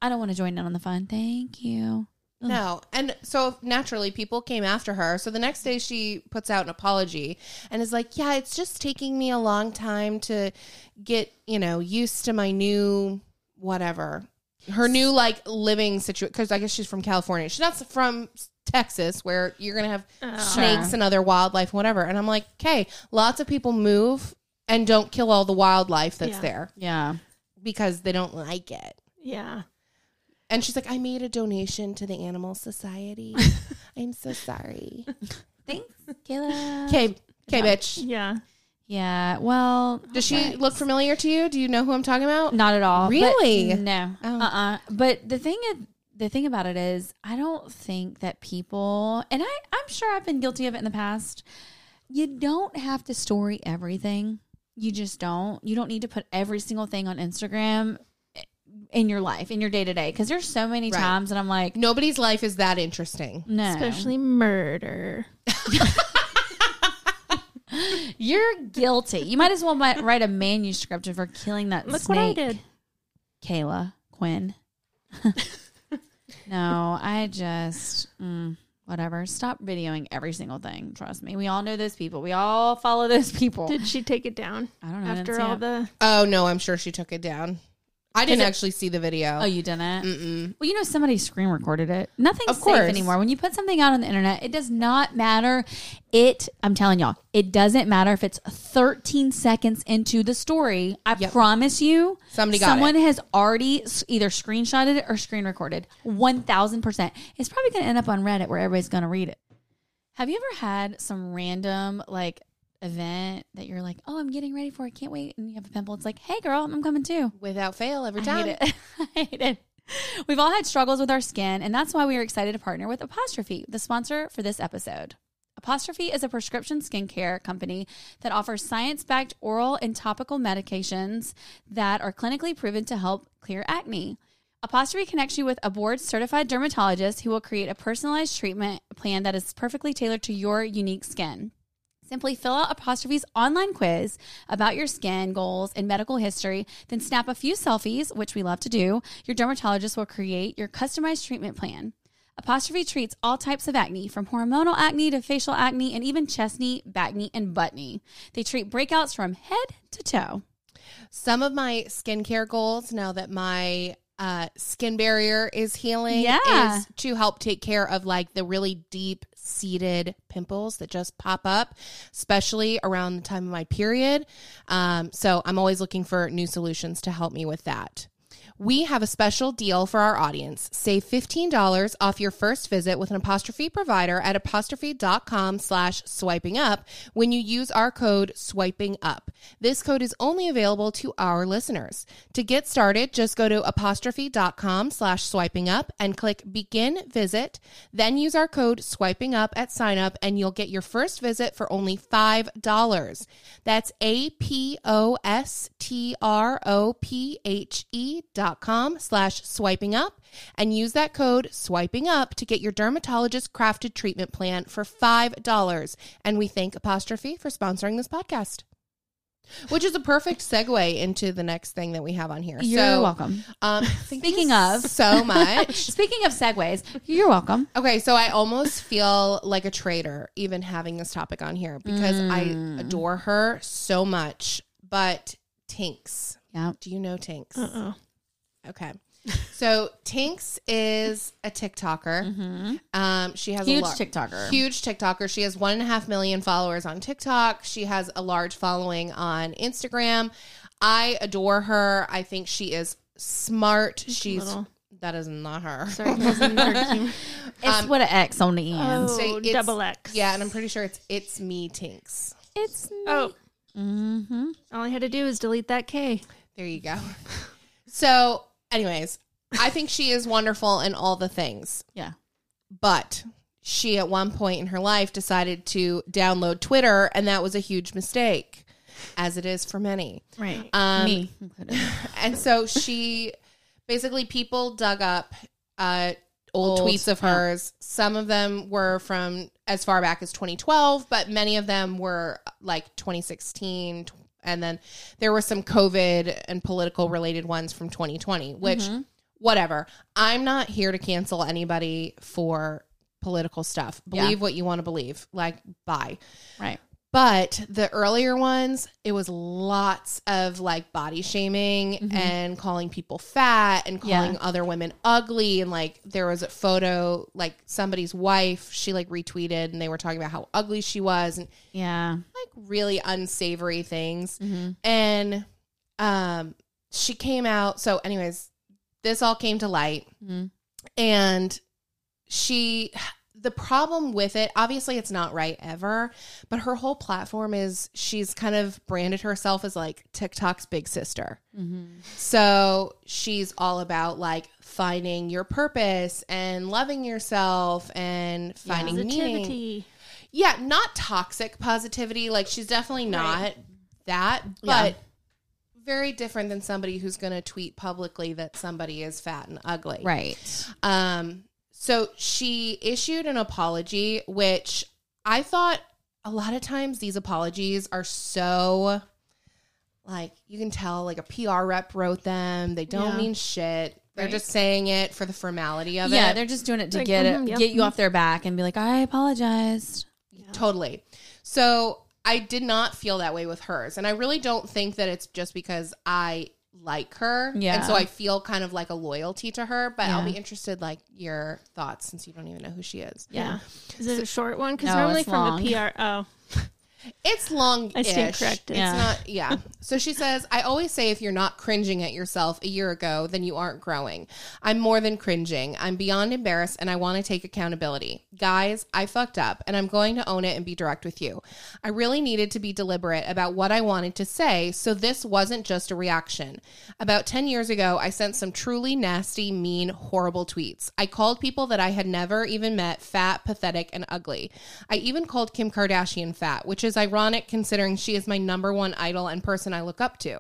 Speaker 2: I don't want to join in on the fun. Thank you.
Speaker 1: No. And so naturally, people came after her. So the next day, she puts out an apology and is like, Yeah, it's just taking me a long time to get, you know, used to my new whatever. Her new like living situation. Because I guess she's from California. She's not from Texas where you're going to have snakes and other wildlife, whatever. And I'm like, Okay, lots of people move and don't kill all the wildlife that's
Speaker 4: Yeah.
Speaker 1: there
Speaker 2: Yeah.
Speaker 1: because they don't like it.
Speaker 4: Yeah.
Speaker 1: And she's like, I made a donation to the Animal Society. I'm so sorry.
Speaker 2: Thanks, Kayla.
Speaker 1: Okay, okay, bitch.
Speaker 4: Yeah.
Speaker 2: Yeah. Well,
Speaker 1: Does
Speaker 2: okay.
Speaker 1: she look familiar to you? Do you know who I'm talking about?
Speaker 2: Not at all. but
Speaker 1: Really?
Speaker 2: no.
Speaker 1: Oh.
Speaker 2: Uh. uh But the thing is, the thing about it is, I don't think that people, and I, I'm sure I've been guilty of it in the past. You don't have to story everything. You just don't. You don't need to put every single thing on Instagram eh, in your life, in your day to day, because there's so many
Speaker 1: Right.
Speaker 2: times that I'm like,
Speaker 1: Nobody's life is that interesting.
Speaker 2: no,
Speaker 4: Especially murder.
Speaker 2: you're guilty. You might as well mi- write a manuscript of her killing that
Speaker 4: Look
Speaker 2: snake.
Speaker 4: what I did.
Speaker 2: Kayla Quinn. no, I just mm, whatever. Stop videoing every single thing. Trust me. We all know those people. We all follow those people.
Speaker 4: Did she take it down
Speaker 2: I don't know. I didn't
Speaker 4: after
Speaker 2: see
Speaker 4: all
Speaker 2: it.
Speaker 4: the?
Speaker 1: Oh no, I'm sure she took it down. I didn't
Speaker 2: it-
Speaker 1: actually see the video.
Speaker 2: Oh, you didn't?
Speaker 1: Mm-mm.
Speaker 2: Well, you know, somebody screen recorded it. Nothing's
Speaker 1: Of
Speaker 2: safe
Speaker 1: course.
Speaker 2: anymore. When you put something out on the internet, it does not matter. It, I'm telling y'all, it doesn't matter if it's 13 seconds into the story. I
Speaker 1: Yep.
Speaker 2: promise you,
Speaker 1: Somebody got
Speaker 2: someone
Speaker 1: it.
Speaker 2: has already s- either screenshotted it or screen recorded. 1000%. It's probably going to end up on Reddit where everybody's going to read it. Have you ever had some random, like, event that you're like, oh, I'm getting ready for it. Can't wait. And you have a pimple. It's like, hey, girl, I'm coming too.
Speaker 1: Without fail, every
Speaker 2: I
Speaker 1: time.
Speaker 2: hate it. I hate it. We've all had struggles with our skin, and that's why we are excited to partner with Apostrophe, the sponsor for this episode. Apostrophe is a prescription skincare company that offers science backed oral and topical medications that are clinically proven to help clear acne. Apostrophe connects you with a board certified dermatologist who will create a personalized treatment plan that is perfectly tailored to your unique skin. Simply fill out Apostrophe's online quiz about your skin goals and medical history, then snap a few selfies, which we love to do. Your dermatologist will create your customized treatment plan. Apostrophe treats all types of acne, from hormonal acne to facial acne, and even chest knee, back knee, and butt knee. They treat breakouts from head to toe.
Speaker 1: Some of my skincare goals now that my uh, skin barrier is healing
Speaker 2: Yeah.
Speaker 1: is to help take care of like the really deep seated pimples that just pop up, especially around the time of my period. Um, so I'm always looking for new solutions to help me with that. We have a special deal for our audience. Save $15 off your first visit with an apostrophe provider at apostrophe.com slash swiping up when you use our code swiping up. This code is only available to our listeners. To get started, just go to apostrophe.com slash swiping up and click begin visit. Then use our code swiping up at sign up and you'll get your first visit for only $5. That's A P O S T R O P H E dot com slash swiping up and use that code swiping up to get your dermatologist crafted treatment plan for $5. And we thank Apostrophe for sponsoring this podcast. Which is a perfect segue into the next thing that we have on here.
Speaker 2: You're
Speaker 1: so,
Speaker 2: welcome.
Speaker 1: Um, thank you
Speaker 2: Speaking of.
Speaker 1: so much,
Speaker 2: Speaking of segues, you're welcome.
Speaker 1: Okay, so I almost feel like a traitor even having this topic on here because
Speaker 2: Mm.
Speaker 1: I adore her so much. But Tinks,
Speaker 2: Yeah.
Speaker 1: do you know Tinks?
Speaker 2: Uh-uh.
Speaker 4: Uh oh.
Speaker 1: Okay, so Tinks is a TikToker. Um, she has
Speaker 2: Mm-hmm. Huge
Speaker 1: a lar-
Speaker 2: TikToker.
Speaker 1: huge TikToker. She has one and a half million followers on TikTok. She has a large following on Instagram. I adore her. I think she is smart. She's
Speaker 4: little.
Speaker 1: that is not her.
Speaker 4: Sarcasm or humor.
Speaker 2: It's what an X on the end.
Speaker 4: Oh,
Speaker 1: So it's-
Speaker 4: double X.
Speaker 1: Yeah, and I'm pretty sure it's it's me Tinks.
Speaker 2: It's
Speaker 4: Oh,
Speaker 2: mm-hmm.
Speaker 4: all I had to do is delete that K.
Speaker 1: There you go. So, anyways, I think she is wonderful in all the things,
Speaker 2: yeah.
Speaker 1: but she at one point in her life decided to download Twitter, and that was a huge mistake, as it is for many.
Speaker 4: Right.
Speaker 1: Um,
Speaker 2: Me.
Speaker 1: And so she basically people dug up uh, old,
Speaker 2: Old,
Speaker 1: tweets of hers. Some of them were from as far back as 2012, but many of them were like 2016. tw- And then there were some COVID and political related ones from 2020, which, whatever. I'm not here to cancel anybody for political stuff.
Speaker 2: Yeah.
Speaker 1: Believe what you want to believe. Like, bye.
Speaker 2: Right.
Speaker 1: But the earlier ones, it was lots of like body shaming and calling people fat and
Speaker 2: Yeah.
Speaker 1: calling other women ugly. And like there was a photo, like somebody's wife, she like retweeted and they were talking about how ugly she was and
Speaker 2: Yeah.
Speaker 1: like really unsavory things. And um, she came out. So, anyways, this all came to light.
Speaker 2: Mhm.
Speaker 1: And she, the problem with it, obviously, it's not right ever, but her whole platform is she's kind of branded herself as like TikTok's big sister. Mm-hmm. So she's all about like finding your purpose and loving yourself and finding meaning.
Speaker 4: Positivity.
Speaker 1: Yeah, not toxic positivity. Like she's definitely not that,
Speaker 2: Yeah.
Speaker 1: but very different than somebody who's going to tweet publicly that somebody is fat and ugly.
Speaker 2: Right.
Speaker 1: Um so she issued an apology which I thought a lot of times these apologies are so like you can tell like a PR rep wrote them. They don't
Speaker 4: Yeah.
Speaker 1: mean shit. They're
Speaker 2: Right.
Speaker 1: just saying it for the formality of
Speaker 2: yeah,
Speaker 1: it.
Speaker 2: they're just doing it to
Speaker 4: Like,
Speaker 2: get it,
Speaker 4: mhm, yep,
Speaker 2: get you
Speaker 4: mhm.
Speaker 2: off their back and be like, I apologized.
Speaker 1: Totally. So I did not feel that way with hers. And I really don't think that it's just because I like her.
Speaker 2: Yeah.
Speaker 1: And so I feel kind of like a loyalty to her. But I'll
Speaker 2: Yeah.
Speaker 1: be interested, like, your thoughts since you don't even know who she is.
Speaker 2: Yeah.
Speaker 4: Is it a short one? Because
Speaker 2: No,
Speaker 4: normally
Speaker 2: it's
Speaker 4: from
Speaker 2: long.
Speaker 4: the PR. Oh,
Speaker 1: It's long.
Speaker 4: I stand corrected.
Speaker 1: It's
Speaker 2: Yeah.
Speaker 1: not, yeah. So she says, I always say if you're not cringing at yourself a year ago, then you aren't growing. I'm more than cringing. I'm beyond embarrassed and I want to take accountability. Guys, I fucked up and I'm going to own it and be direct with you. I really needed to be deliberate about what I wanted to say, so this wasn't just a reaction. About 10 years ago, I sent some truly nasty, mean, horrible tweets. I called people that I had never even met fat, pathetic, and ugly. I even called Kim Kardashian fat, which is ironic considering she is my number one idol and person I look up to.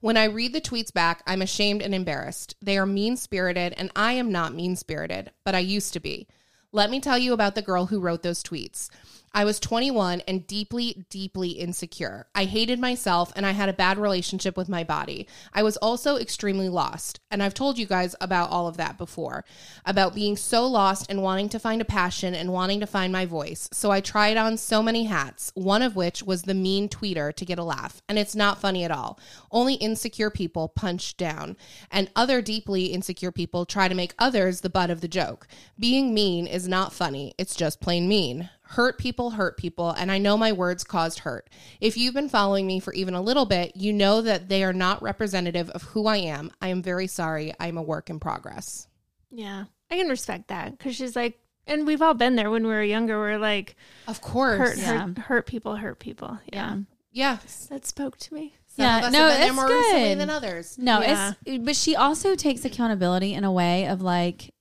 Speaker 1: When I read the tweets back, I'm ashamed and embarrassed. They are mean spirited, and I am not mean spirited, but I used to be. Let me tell you about the girl who wrote those tweets. I was 21 and deeply, deeply insecure. I hated myself and I had a bad relationship with my body. I was also extremely lost. And I've told you guys about all of that before about being so lost and wanting to find a passion and wanting to find my voice. So I tried on so many hats, one of which was the mean tweeter to get a laugh. And it's not funny at all. Only insecure people punch down, and other deeply insecure people try to make others the butt of the joke. Being mean is not funny, it's just plain mean. Hurt people hurt people, and I know my words caused hurt. If you've been following me for even a little bit, you know that they are not representative of who I am. I am very sorry. I am a work in progress.
Speaker 4: yeah. I can respect that because she's like, and we've all been there when we were younger. We're like,
Speaker 1: Of course.
Speaker 4: hurt,
Speaker 2: Yeah.
Speaker 4: hurt, hurt people, hurt people. Yeah.
Speaker 1: Yes.
Speaker 4: That spoke to me.
Speaker 1: Some
Speaker 2: Yeah,
Speaker 1: of us
Speaker 2: no,
Speaker 1: have been there
Speaker 2: it's
Speaker 1: more recently
Speaker 2: good.
Speaker 1: than others.
Speaker 2: No, it's but she also takes accountability in a way of like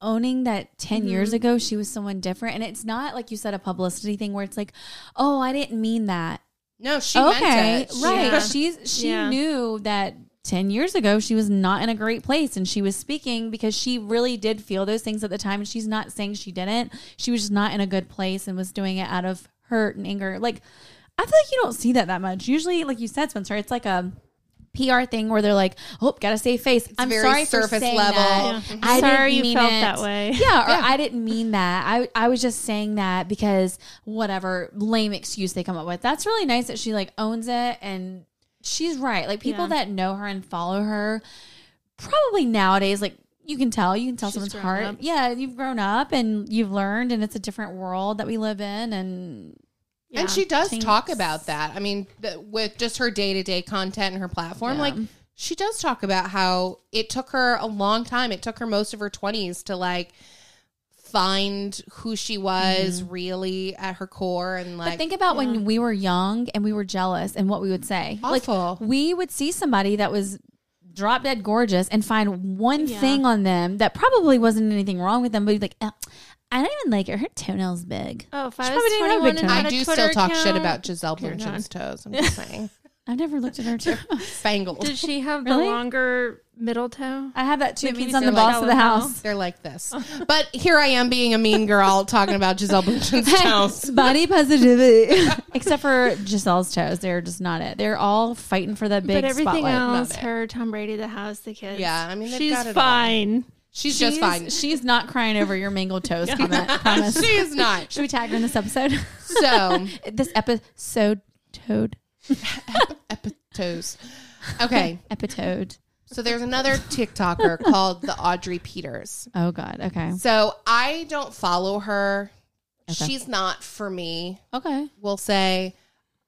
Speaker 2: owning that 10 years ago she was someone different and it's not like you said a publicity thing where it's like oh I didn't mean that.
Speaker 1: No, she
Speaker 2: okay,
Speaker 1: meant it. She-
Speaker 2: right.
Speaker 4: Yeah.
Speaker 2: She's she
Speaker 4: Yeah.
Speaker 2: knew that 10 years ago she was not in a great place and she was speaking because she really did feel those things at the time and she's not saying she didn't. She was just not in a good place and was doing it out of hurt and anger. Like I feel like you don't see that that much. Usually like you said Spencer, it's like a PR thing where they're like, "Oh, gotta save face." I'm
Speaker 1: very
Speaker 2: sorry for
Speaker 1: surface
Speaker 2: saying
Speaker 1: level.
Speaker 2: that.
Speaker 4: Yeah.
Speaker 2: Mm-hmm. I
Speaker 4: Sorry
Speaker 2: didn't
Speaker 4: you
Speaker 2: mean
Speaker 4: felt
Speaker 2: it.
Speaker 4: that way.
Speaker 2: Yeah, or I didn't mean that. I I was just saying that because whatever lame excuse they come up with. That's really nice that she like owns it and she's right. Like people
Speaker 4: Yeah.
Speaker 2: that know her and follow her probably nowadays like you can tell you can tell
Speaker 4: She's
Speaker 2: someone's
Speaker 4: grown
Speaker 2: heart
Speaker 4: up.
Speaker 2: yeah you've grown up and you've learned and it's a different world that we live in and
Speaker 4: Yeah.
Speaker 1: And she does
Speaker 2: Thanks.
Speaker 1: talk about that. I mean, th- with just her day to day content and her platform,
Speaker 2: Yeah.
Speaker 1: like she does talk about how it took her a long time. It took her most of her 20s to like find who she was really at her core and like
Speaker 2: Mm-hmm. But think about when we were young and we were jealous and what we would say.
Speaker 1: Awful.
Speaker 2: Like we would see somebody that was drop dead gorgeous and find one thing on them that probably wasn't anything wrong with them, but you'd be like, "Eh, I don't even like her. Her toenail's big.
Speaker 4: Oh, if
Speaker 2: She
Speaker 4: I
Speaker 2: probably didn't have a
Speaker 4: was 21
Speaker 2: big
Speaker 4: and
Speaker 2: toe.
Speaker 4: had
Speaker 1: I
Speaker 4: a
Speaker 1: do
Speaker 4: Twitter
Speaker 1: still talk shit
Speaker 4: account-
Speaker 1: about Giselle
Speaker 4: You're
Speaker 1: Bundchen's toes. I'm just saying.
Speaker 2: I've never looked at her toe.
Speaker 1: Spangled.
Speaker 4: Did she have
Speaker 2: Really?
Speaker 4: the longer middle toe?
Speaker 2: I have that too. It
Speaker 4: Maybe
Speaker 2: means
Speaker 4: they're
Speaker 2: I'm the
Speaker 4: like
Speaker 2: boss of the
Speaker 4: yellow.
Speaker 2: house.
Speaker 1: They're like this. But here I am being a mean girl talking about Giselle Bundchen's toes.
Speaker 2: Body positivity. Except for Giselle's toes. They're just not it. They're all fighting for that big
Speaker 4: but everything
Speaker 2: spotlight.
Speaker 1: Love
Speaker 4: else,
Speaker 1: it.
Speaker 4: her, Tom Brady, the house, the kids.
Speaker 1: Yeah, I mean, they've
Speaker 4: she's
Speaker 1: got it all.
Speaker 4: fine.
Speaker 1: She's, just fine.
Speaker 2: She's not crying over your mangled toes comment. Promise.
Speaker 1: She is not.
Speaker 2: Should we tag her in this episode?
Speaker 1: So
Speaker 2: this episode toad
Speaker 1: toes. Okay.
Speaker 2: epitode
Speaker 1: So there's another TikToker called the Audrey Peters.
Speaker 2: oh god okay
Speaker 1: So I don't follow her.
Speaker 2: Okay.
Speaker 1: She's not for me.
Speaker 2: okay
Speaker 1: We'll say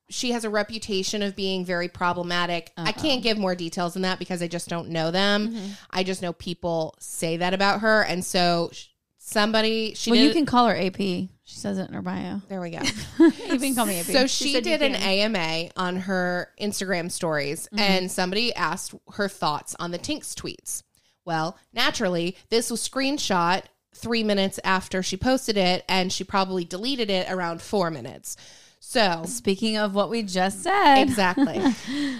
Speaker 1: she has a reputation of being very problematic. I can't give more details than that because I just don't know them. I just know people say that about her, and so sh- somebody she
Speaker 2: well
Speaker 1: did,
Speaker 2: you can call her ap she says it in her bio
Speaker 1: There we go.
Speaker 2: you can call me ap
Speaker 1: So she,
Speaker 4: said you
Speaker 1: did an
Speaker 4: can. Mm-hmm.
Speaker 1: AMA on her Instagram stories, and somebody asked her thoughts on the Tinks tweets. Well, naturally, this was screenshot three minutes after she posted it, and she probably deleted it around four minutes. So
Speaker 2: Speaking of what we just said,
Speaker 1: Exactly.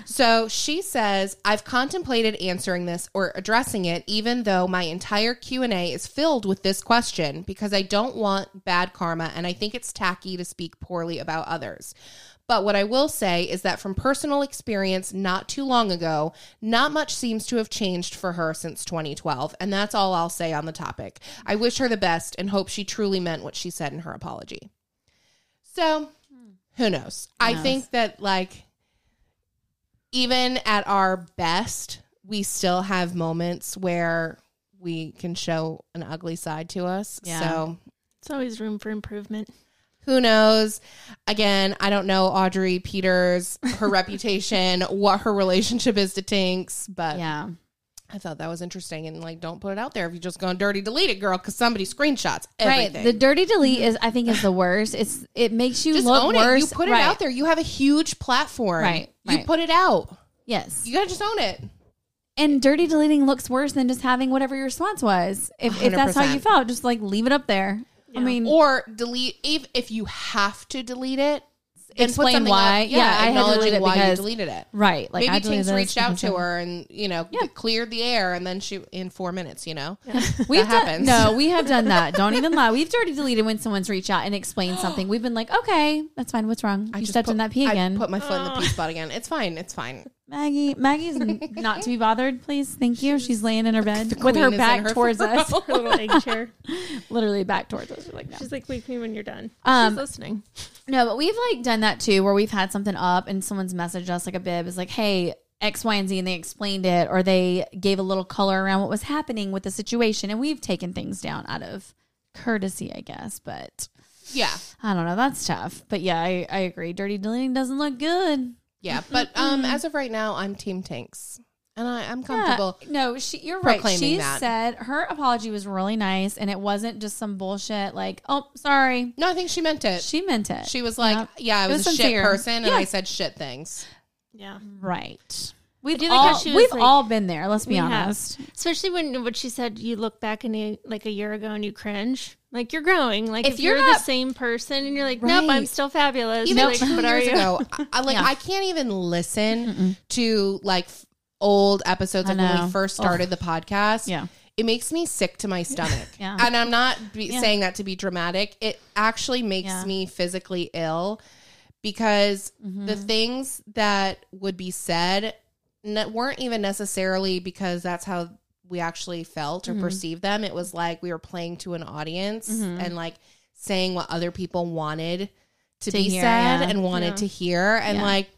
Speaker 1: so she says, "I've contemplated answering this or addressing it even though my entire Q&A is filled with this question because I don't want bad karma and I think it's tacky to speak poorly about others." But what I will say is that from personal experience not too long ago, not much seems to have changed for her since 2012. And that's all I'll say on the topic. I wish her the best and hope she truly meant what she said in her apology. So who knows? I
Speaker 2: knows?
Speaker 1: think that like even at our best, we still have moments where we can show an ugly side to us.
Speaker 2: Yeah.
Speaker 1: So
Speaker 4: It's always room for improvement.
Speaker 1: who knows? Again, I don't know Audrey Peters, her reputation, what her relationship is to Tinks, but
Speaker 2: yeah,
Speaker 1: I thought that was interesting. And like, don't put it out there if you're just going dirty delete it, girl, because somebody screenshots everything.
Speaker 2: right. The dirty delete is, I think, is the worst. It's it makes you
Speaker 1: just
Speaker 2: look
Speaker 1: own
Speaker 2: worse.
Speaker 1: it. You put
Speaker 2: Right.
Speaker 1: it out there. You have a huge platform.
Speaker 2: Right,
Speaker 1: You
Speaker 2: right.
Speaker 1: put it out.
Speaker 2: Yes,
Speaker 1: You gotta just own it.
Speaker 2: and dirty deleting looks worse than just having whatever your response was. If, if that's how you
Speaker 1: 100%.
Speaker 2: felt, just like leave it up there. I mean,
Speaker 1: Or delete if if you have to delete it. then
Speaker 2: Explain why.
Speaker 1: Up,
Speaker 2: Yeah, I had to
Speaker 1: acknowledging
Speaker 2: delete it
Speaker 1: why
Speaker 2: because-
Speaker 1: you deleted it.
Speaker 2: right? Like
Speaker 1: Maybe
Speaker 2: I deleted
Speaker 1: Tinks
Speaker 2: this
Speaker 1: reached out
Speaker 2: because
Speaker 1: to
Speaker 2: I-
Speaker 1: her and you know
Speaker 2: Yeah.
Speaker 1: cleared the air, and then she in four minutes. You know,
Speaker 2: We've
Speaker 1: That
Speaker 2: done,
Speaker 1: happens.
Speaker 2: No, we have done that. Don't even lie. We've dirty deleted when someone's reached out and explained something. We've been like, okay, that's fine. What's wrong? you stepped
Speaker 1: put,
Speaker 2: in that pee again.
Speaker 1: I put my foot in the pee spot again. It's fine. It's fine.
Speaker 2: Maggie, Maggie's n- not to be bothered. Please, thank you. She's laying in her bed with
Speaker 1: queen
Speaker 2: her
Speaker 1: is in
Speaker 2: back
Speaker 1: her
Speaker 2: towards us,
Speaker 4: Her little egg chair.
Speaker 2: literally back towards us. She's like, no.
Speaker 4: She's like, wake me when you're done.
Speaker 2: Um,
Speaker 4: She's listening.
Speaker 2: No, but we've like done that too, where we've had something up and someone's messaged us like a bib is like, hey, X, Y, and Z, and they explained it, or they gave a little color around what was happening with the situation, and we've taken things down out of courtesy, I guess. But
Speaker 1: Yeah,
Speaker 2: I don't know, that's tough. But yeah, I, I agree. Dirty deleting doesn't look good.
Speaker 1: yeah. But um, as of right now, I'm Team Tinks, and I, I'm
Speaker 2: Yeah.
Speaker 1: comfortable.
Speaker 2: No, she, you're right.
Speaker 1: proclaiming
Speaker 2: She
Speaker 1: that.
Speaker 2: said her apology was really nice, and it wasn't just some bullshit like, oh, sorry.
Speaker 1: No, I think she meant it. She,
Speaker 2: She meant it.
Speaker 1: was like,
Speaker 2: Yep.
Speaker 1: yeah, I
Speaker 2: It
Speaker 1: was,
Speaker 2: was
Speaker 1: a shit
Speaker 2: sincere.
Speaker 1: person, and
Speaker 2: Yeah.
Speaker 1: I said shit things.
Speaker 4: Yeah.
Speaker 2: right. We've
Speaker 4: do like how
Speaker 2: all,
Speaker 4: she was
Speaker 2: we've
Speaker 4: like-
Speaker 2: all been there. Let's be
Speaker 4: We have.
Speaker 2: honest.
Speaker 4: Especially when what she said, you look back and you, like a year ago and you cringe. Like you're growing. Like
Speaker 2: If
Speaker 4: if,
Speaker 2: you're
Speaker 4: you're,
Speaker 2: not-
Speaker 4: the same person and you're like, nope, I'm
Speaker 1: Right.
Speaker 4: still fabulous.
Speaker 1: even
Speaker 4: like,
Speaker 1: two
Speaker 4: but are
Speaker 1: years
Speaker 4: you?
Speaker 1: ago, I, I, like
Speaker 2: Yeah. Mm-hmm.
Speaker 1: I can't even listen to like f- old episodes
Speaker 2: I
Speaker 1: like when
Speaker 2: know.
Speaker 1: we first started the podcast.
Speaker 2: Yeah.
Speaker 1: It makes me sick to my stomach.
Speaker 2: Yeah.
Speaker 1: And I'm not be-
Speaker 2: Yeah.
Speaker 1: saying that to be dramatic. It actually makes
Speaker 2: Yeah.
Speaker 1: me physically ill because
Speaker 2: Mm-hmm.
Speaker 1: the things that would be said n- weren't even necessarily because that's how we actually felt
Speaker 2: Mm-hmm.
Speaker 1: or perceived them. It was like we were playing to an audience and like saying what other people wanted to,
Speaker 2: To
Speaker 1: be
Speaker 2: hear,
Speaker 1: said
Speaker 2: yeah.
Speaker 1: and wanted
Speaker 4: Yeah.
Speaker 1: to hear. And
Speaker 2: Yeah.
Speaker 1: like,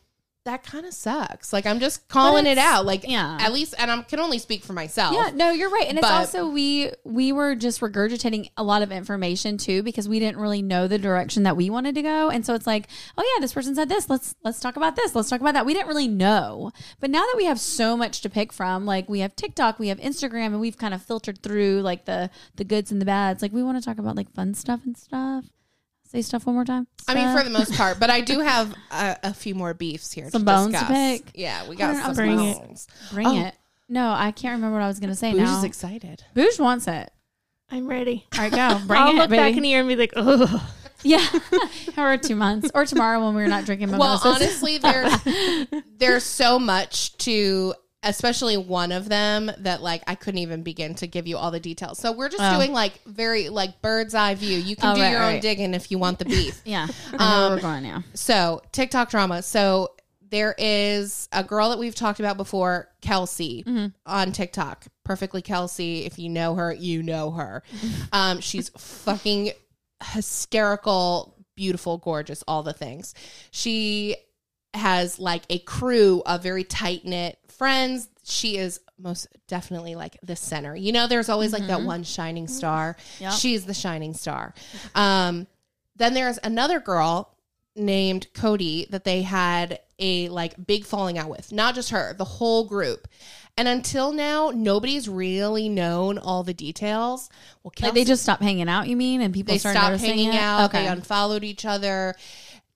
Speaker 1: that kind of sucks. Like, I'm just calling it
Speaker 2: it's-
Speaker 1: out. Like,
Speaker 2: yeah.
Speaker 1: at least, and I can only speak for myself.
Speaker 2: Yeah, no, you're right. And
Speaker 1: But-
Speaker 2: it's also we we were just regurgitating a lot of information too because we didn't really know the direction that we wanted to go. And so it's like, oh yeah, this person said this. Let's let's talk about this. Let's talk about that. We didn't really know. But now that we have so much to pick from, like we have TikTok, we have Instagram, and we've kind of filtered through like the the goods and the bads. Like we want to talk about like fun stuff and stuff. Say stuff one more time.
Speaker 1: I mean,
Speaker 2: Stuff.
Speaker 1: for the most part, but I do have a, a few more beefs here.
Speaker 2: Some
Speaker 1: to
Speaker 2: bones to
Speaker 1: discuss.
Speaker 2: pick.
Speaker 1: Yeah, we got
Speaker 2: Hold on,
Speaker 1: some
Speaker 2: I'll bring it.
Speaker 1: bones.
Speaker 2: bring
Speaker 1: Oh.
Speaker 2: it. No, I can't remember what I was going to say
Speaker 1: Boosh
Speaker 2: now.
Speaker 1: is excited.
Speaker 2: Boosh wants it.
Speaker 4: I'm ready.
Speaker 2: All right, go. Bring
Speaker 4: I'll
Speaker 2: it,
Speaker 4: look back
Speaker 2: baby.
Speaker 4: in a year and be like, oh,
Speaker 2: Yeah, or two months, or tomorrow when we're not drinking
Speaker 1: Well,
Speaker 2: mimosas.
Speaker 1: honestly, there's there's so much to, especially one of them that like I couldn't even begin to give you all the details. So we're just
Speaker 2: Oh.
Speaker 1: doing like very like bird's eye view. You can
Speaker 2: Oh,
Speaker 1: do
Speaker 2: right,
Speaker 1: your own
Speaker 2: right.
Speaker 1: digging if you want the beef.
Speaker 2: yeah, I know
Speaker 1: Um,
Speaker 2: where we're going now.
Speaker 1: So TikTok drama. So there is a girl that we've talked about before, Kelsey, on TikTok. Perfectly Kelsey. If you know her, you know her. Um, she's fucking hysterical, beautiful, gorgeous, all the things. She has like a crew of very tight knit friends. She is most definitely like the center. You know, there's always like that one shining star.
Speaker 2: Yep.
Speaker 1: She's the shining star. Um, then there's another girl named Cody that they had a like big falling out with. Not just her, the whole group. And until now, nobody's really known all the details. Well, Kelsey,
Speaker 2: Like they just stop hanging out. You mean, and people
Speaker 1: they
Speaker 2: start
Speaker 1: stopped
Speaker 2: noticing
Speaker 1: hanging
Speaker 2: it?
Speaker 1: out.
Speaker 2: Okay,
Speaker 1: They unfollowed each other.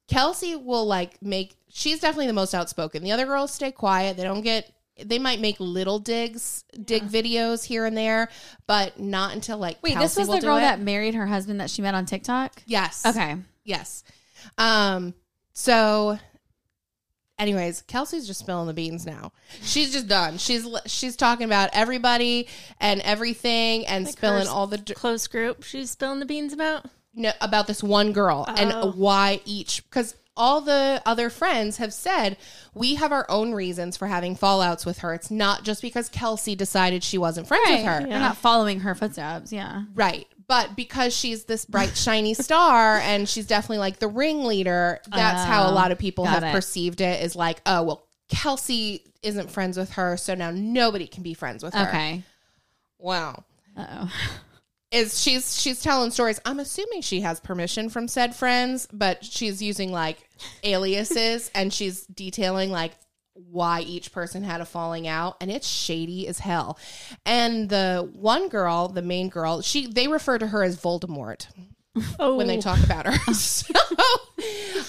Speaker 1: Kelsey will like make. She's definitely the most outspoken. The other girls stay quiet. They don't get. They might make little digs, dig videos here and there, but not until like.
Speaker 2: wait, this
Speaker 1: Kelsey
Speaker 2: was
Speaker 1: will
Speaker 2: the
Speaker 1: do
Speaker 2: girl
Speaker 1: it.
Speaker 2: that married her husband that she met on TikTok.
Speaker 1: Yes.
Speaker 2: Okay,
Speaker 1: Yes. Um, So, anyways, Kelsey's just spilling the beans now. She's just done. She's she's talking about everybody and everything and
Speaker 4: Like
Speaker 1: spilling
Speaker 4: her
Speaker 1: all the dr-
Speaker 4: close group she's spilling the beans about.
Speaker 1: no, about this one girl
Speaker 4: Oh.
Speaker 1: and why each because all the other friends have said we have our own reasons for having fallouts with her. It's not just because Kelsey decided she wasn't friends with her.
Speaker 2: They're not following her footsteps. Yeah.
Speaker 1: Right. But because she's this bright, shiny star and she's definitely like the ringleader, that's how a lot of people
Speaker 2: Oh, got
Speaker 1: have
Speaker 2: it.
Speaker 1: perceived it is like, oh, well, Kelsey isn't friends with her. So now nobody can be friends with her.
Speaker 2: Okay.
Speaker 1: Wow.
Speaker 2: Uh oh.
Speaker 1: Is she's she's telling stories. I'm assuming she has permission from said friends, but she's using like aliases and she's detailing like why each person had a falling out and it's shady as hell. And the one girl, the main girl, she they refer to her as Voldemort
Speaker 4: Oh,
Speaker 1: when they talk about her. so,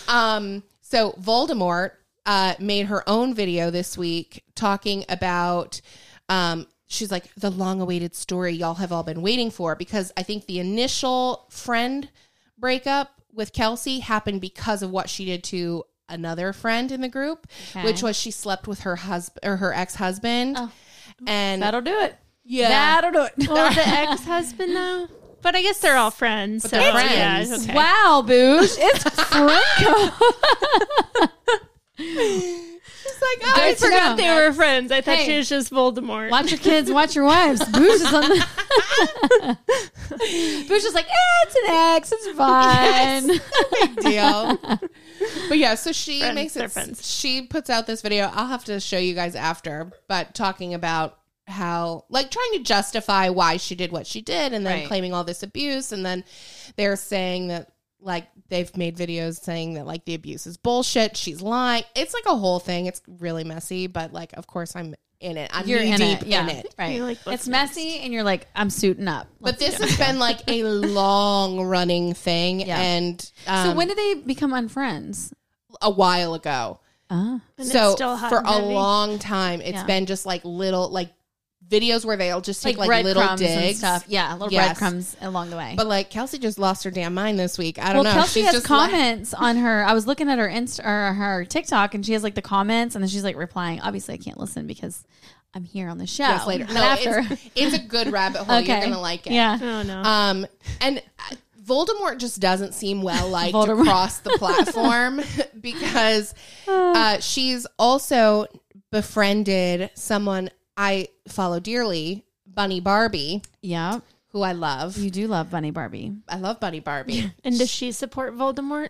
Speaker 1: um, so Voldemort uh, made her own video this week talking about. Um, she's like the long-awaited story y'all have all been waiting for because I think the initial friend breakup with Kelsey happened because of what she did to another friend in the group, which was she slept with her husband or her ex-husband. And
Speaker 4: that'll do it.
Speaker 1: yeah,
Speaker 2: That'll do it.
Speaker 4: Well, the ex-husband though. But I guess they're all friends. so
Speaker 1: they're
Speaker 4: yeah,
Speaker 1: friends.
Speaker 4: okay.
Speaker 2: Wow, Boosh. It's Franco.
Speaker 1: it's like oh,
Speaker 4: I
Speaker 2: Good to know.
Speaker 4: forgot they were friends. I thought
Speaker 2: Hey.
Speaker 4: she was just Voldemort.
Speaker 2: Watch your kids, watch your wives. Boosh is on the. Boosh is like, eh, it's an ex. It's fine.
Speaker 1: deal. but yeah, so she
Speaker 4: Friends,
Speaker 1: makes
Speaker 4: they're
Speaker 1: it.
Speaker 4: friends.
Speaker 1: She puts out this video. I'll have to show you guys after, but talking about how like trying to justify why she did what she did and then
Speaker 2: Right.
Speaker 1: claiming all this abuse and then they're saying that like they've made videos saying that like the abuse is bullshit she's lying it's like a whole thing it's really messy but like of course i'm in it i'm
Speaker 2: You're
Speaker 1: knee
Speaker 2: in
Speaker 1: deep
Speaker 2: it. Yeah.
Speaker 1: in it
Speaker 2: Right.
Speaker 4: You're like, what's
Speaker 2: it's messy, and you're like, I'm suiting up.
Speaker 1: but this has been like a long running thing
Speaker 2: Yeah.
Speaker 1: and um,
Speaker 2: so when did they become unfriends?
Speaker 1: a while ago
Speaker 2: Oh.
Speaker 4: And it's
Speaker 1: so
Speaker 4: still hot
Speaker 1: for
Speaker 4: and
Speaker 1: a
Speaker 4: heavy.
Speaker 1: long time it's
Speaker 2: Yeah.
Speaker 1: been just like little like videos where they'll just take like, little
Speaker 2: breadcrumbs
Speaker 1: digs
Speaker 2: and stuff. Yeah, little
Speaker 1: Yes.
Speaker 2: breadcrumbs along the way.
Speaker 1: but like kelsey just lost her damn mind this week i
Speaker 2: well,
Speaker 1: don't know
Speaker 2: Kelsey
Speaker 1: she's
Speaker 2: has
Speaker 1: just like-
Speaker 2: comments on her. I was looking at her Insta or her TikTok, and she has like the comments, and then she's like replying. Obviously, I can't listen because I'm here on the show
Speaker 1: yes, later
Speaker 2: But
Speaker 1: no,
Speaker 2: after,
Speaker 1: It's, it's a good rabbit hole you're
Speaker 2: Okay.
Speaker 1: gonna like it
Speaker 2: yeah,
Speaker 4: Oh no.
Speaker 1: um and uh, voldemort just doesn't seem well liked
Speaker 2: Voldemort.
Speaker 1: across the platform because uh she's also befriended someone i follow dearly bunny barbie
Speaker 2: yeah,
Speaker 1: who i love
Speaker 2: you do love Bunny Barbie.
Speaker 1: i love bunny barbie
Speaker 4: and does she support Voldemort?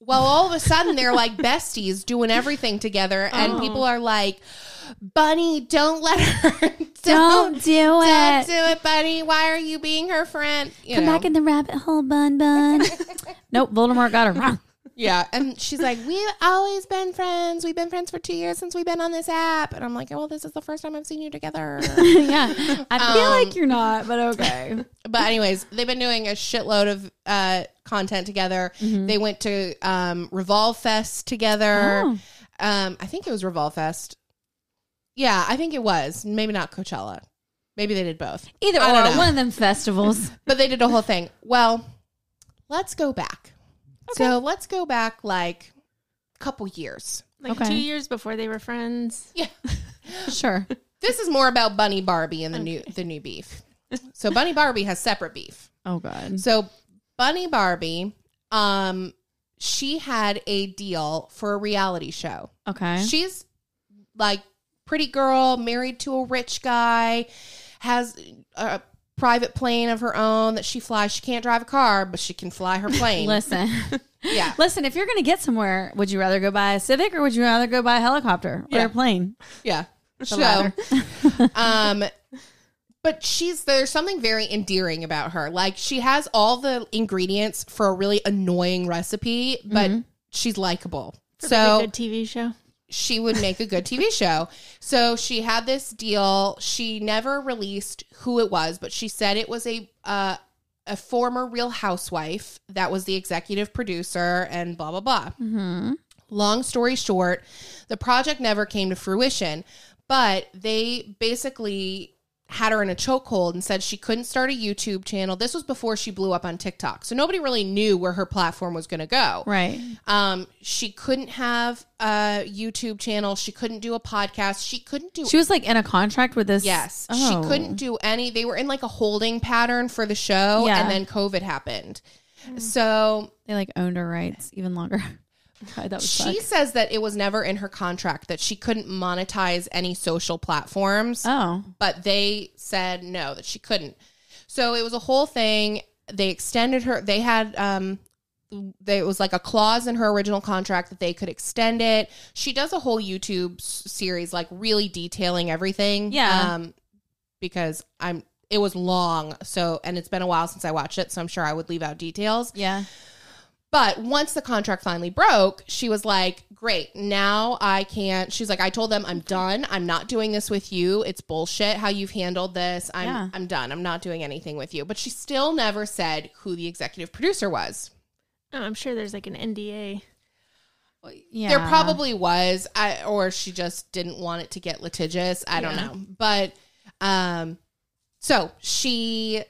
Speaker 1: Well, all of a sudden they're like besties doing everything together, and
Speaker 2: Oh.
Speaker 1: people are like, "Bunny, don't let her.
Speaker 2: Don't do
Speaker 1: don't
Speaker 2: it.
Speaker 1: do it, Bunny. Why are you being her friend? You
Speaker 2: Come
Speaker 1: know.
Speaker 2: back in the rabbit hole, Bun Bun. nope, Voldemort got her wrong.
Speaker 1: yeah." And she's like, "We've always been friends. We've been friends for two years since we've been on this app." And I'm like, "Well, this is the first time I've seen you together."
Speaker 2: yeah, I feel
Speaker 1: Um,
Speaker 2: like you're not, but okay.
Speaker 1: but anyways, they've been doing a shitload of uh, content together.
Speaker 2: Mm-hmm.
Speaker 1: They went to um, Revolve Fest together.
Speaker 2: Oh.
Speaker 1: Um, I think it was Revolve Fest. Yeah, I think it was. Maybe not Coachella. Maybe they did both.
Speaker 2: Either
Speaker 1: I don't
Speaker 2: or,
Speaker 1: know.
Speaker 2: one of them festivals.
Speaker 1: But they did a whole thing. Well, let's go back. So let's go back like a couple years.
Speaker 4: Like
Speaker 2: Okay.
Speaker 4: two years before they were friends.
Speaker 1: Yeah.
Speaker 2: Sure.
Speaker 1: This is more about Bunny Barbie and the new the new beef. So Bunny Barbie has separate beef.
Speaker 2: Oh God.
Speaker 1: So Bunny Barbie, um, she had a deal for a reality show.
Speaker 2: Okay.
Speaker 1: She's like pretty girl, married to a rich guy, has a private plane of her own that she flies. She can't drive a car, but she can fly her plane.
Speaker 2: Listen.
Speaker 1: Yeah.
Speaker 2: Listen, if you're going to get somewhere, would you rather go by a Civic or would you rather go by a helicopter or a plane?
Speaker 1: Yeah. So,
Speaker 2: latter.
Speaker 1: um, but she's there's something very endearing about her. Like she has all the ingredients for a really annoying recipe, but
Speaker 2: Mm-hmm.
Speaker 1: she's likable.
Speaker 4: So
Speaker 1: so
Speaker 4: good TV show.
Speaker 1: she would make a good TV show. So she had this deal. She never released who it was, but she said it was a uh, a former Real Housewife that was the executive producer and blah blah blah. Long story short, the project never came to fruition, but they basically had her in a chokehold and said she couldn't start a YouTube channel. This was before she blew up on TikTok. So nobody really knew where her platform was going to go.
Speaker 2: Right.
Speaker 1: Um, she couldn't have a YouTube channel. She couldn't do a podcast. She couldn't do
Speaker 2: She was like in a contract with this.
Speaker 1: Yes.
Speaker 2: Oh.
Speaker 1: She couldn't do any. They were in like a holding pattern for the show
Speaker 2: Yeah.
Speaker 1: and then COVID happened. So
Speaker 2: They like owned her rights even longer. God, that was
Speaker 1: she
Speaker 2: suck.
Speaker 1: says that it was never in her contract that she couldn't monetize any social platforms,
Speaker 2: Oh.
Speaker 1: but they said no, that she couldn't. So it was a whole thing. They extended her, they had, um, they, it was like a clause in her original contract that they could extend it. She does a whole YouTube s- series, like really detailing everything.
Speaker 2: Yeah.
Speaker 1: Um, because I'm, it was long. So, and it's been a while since I watched it. So I'm sure I would leave out details.
Speaker 2: Yeah.
Speaker 1: But once the contract finally broke, she was like, Great, now I can't. She's like, I told them I'm done. I'm not doing this with you. It's bullshit how you've handled this. I'm
Speaker 2: Yeah.
Speaker 1: I'm done. I'm not doing anything with you. But she still never said who the executive producer was.
Speaker 4: Oh, I'm sure there's like an NDA.
Speaker 2: Yeah.
Speaker 1: There probably was, I, or she just didn't want it to get litigious. I don't
Speaker 4: Yeah.
Speaker 1: know. But um, so she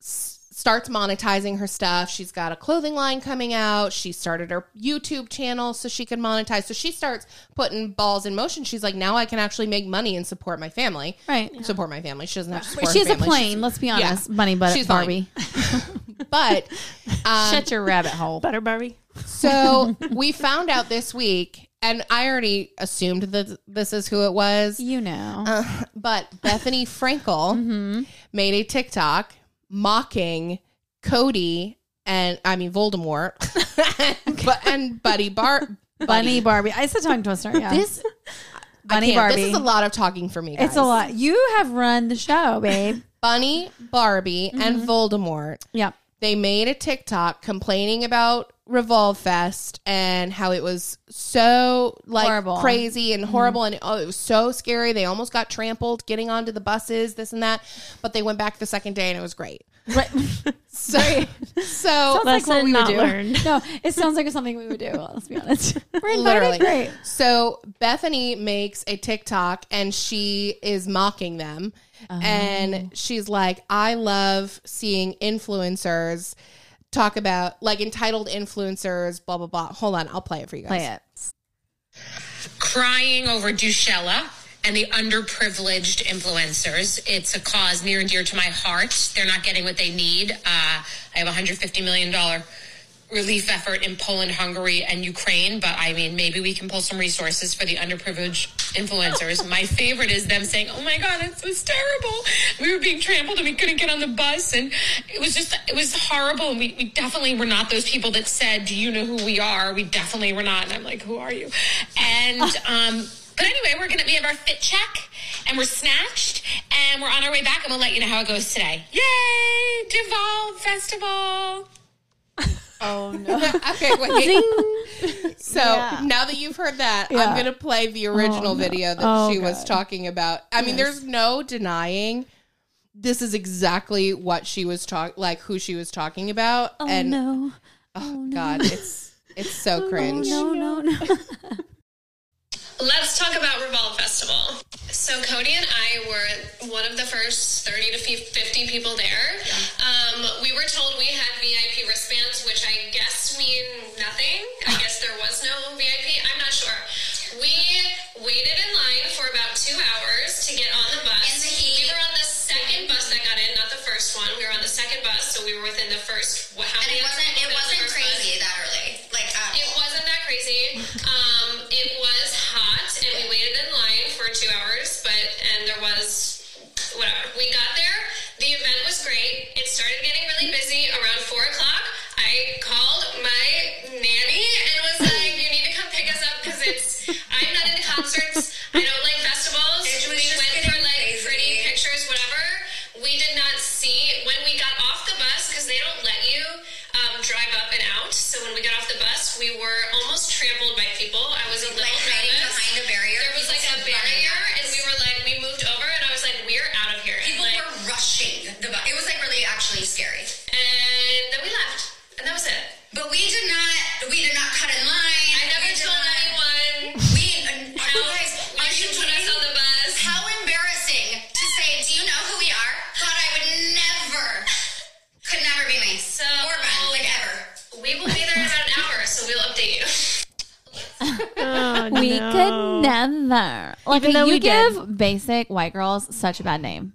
Speaker 1: s- starts monetizing her stuff. She's got a clothing line coming out. She started her YouTube channel so she can monetize. So she starts putting balls in motion. She's like, now I can actually make money and support my family.
Speaker 2: Right.
Speaker 1: Support my family. She doesn't have to
Speaker 2: But
Speaker 1: support.
Speaker 2: She's
Speaker 1: her
Speaker 2: a
Speaker 1: family.
Speaker 2: plane, let's be honest. Bunny but
Speaker 1: She's fine.
Speaker 2: Barbie.
Speaker 1: but um,
Speaker 2: Shut your rabbit hole.
Speaker 4: Butter Barbie.
Speaker 1: so we found out this week, and I already assumed that this is who it was.
Speaker 2: You know.
Speaker 1: Uh, but Bethany Frankel
Speaker 2: Mm-hmm.
Speaker 1: made a TikTok mocking Cody and I mean Voldemort, but and Buddy Bar.
Speaker 2: Bunny Barbie. I said tongue twister. Yeah.
Speaker 1: This I
Speaker 2: Bunny
Speaker 1: can't.
Speaker 2: Barbie.
Speaker 1: This is a lot of talking for me. Guys.
Speaker 2: It's a lot. You have run the show, babe.
Speaker 1: Bunny, Barbie, and
Speaker 2: Mm-hmm.
Speaker 1: Voldemort.
Speaker 2: yep.
Speaker 1: They made a TikTok complaining about Revolve Fest and how it was so like
Speaker 2: Horrible. Mm-hmm.
Speaker 1: crazy and horrible and oh, it was so scary. They almost got trampled getting onto the buses, this and that. But they went back the second day and it was great.
Speaker 2: Right.
Speaker 1: So, so
Speaker 2: Sounds like what
Speaker 4: Lesson
Speaker 2: we would
Speaker 4: not
Speaker 2: do.
Speaker 4: learned.
Speaker 2: No, it sounds like something we would do. Let's be honest. We're invited.
Speaker 1: Literally.
Speaker 2: Great.
Speaker 1: So Bethany makes a TikTok and she is mocking them.
Speaker 2: Oh.
Speaker 1: And she's like, I love seeing influencers talk about like entitled influencers, blah, blah, blah. Hold on, I'll play it for you guys.
Speaker 2: Play it.
Speaker 5: crying over Dushella and the underprivileged influencers. It's a cause near and dear to my heart. They're not getting what they need. Uh, I have a $150 million relief effort in Poland, Hungary, and Ukraine, but I mean, maybe we can pull some resources for the underprivileged influencers. my favorite is them saying, Oh my God, it was terrible. We were being trampled and we couldn't get on the bus. And it was just, it was horrible. And we, we definitely were not those people that said, Do you know who we are? We definitely were not. And I'm like, Who are you? And, um, but anyway, we're gonna we have our fit check, and we're snatched, and we're on our way back, and we'll let you know how it goes today. Yay, Devolve Festival!
Speaker 1: okay, wait. so now that you've heard that, I'm going to play the
Speaker 2: Oh,
Speaker 1: original video that she was talking about. I mean, there's no denying this is exactly what she was talk like who she was talking about
Speaker 2: Oh
Speaker 1: and
Speaker 2: no. Oh,
Speaker 1: oh god, it's it's so cringe.
Speaker 2: No, no, no.
Speaker 6: Let's talk about Revolve Festival. So Cody and I were one of the first 30 to 50 people there. Um, we were told we had VIP wristbands, which I guess mean nothing. I guess there was no VIP. I'm not sure. We waited in line for about two hours to get on the bus. We were on the second bus that got in, not the first one. We were on the second bus, so we were within the first. What, how
Speaker 7: And
Speaker 6: many
Speaker 7: it wasn't it
Speaker 6: within the
Speaker 7: wasn't
Speaker 6: first bus?
Speaker 7: crazy that early. Like um,
Speaker 6: It wasn't that crazy. Um, it was hot, and we waited in line for two hours, but and there was whatever. We got there. The event was great. It started getting really busy around four o'clock. I called my nanny and was like, "You need to come pick us up because it's I'm not into concerts. I don't like festivals.
Speaker 7: It was
Speaker 6: we
Speaker 7: just
Speaker 6: went for
Speaker 7: getting
Speaker 6: like
Speaker 7: crazy.
Speaker 6: pretty pictures, whatever." We did not see when we got off the bus because they don't let you um, drive up and out. So when we got off the bus, we were almost trampled by people. uh, update you.
Speaker 4: Oh,
Speaker 2: We
Speaker 4: no.
Speaker 2: could never. Like
Speaker 4: Even though
Speaker 2: you
Speaker 4: we
Speaker 2: give
Speaker 4: did.
Speaker 2: basic white girls such a bad name.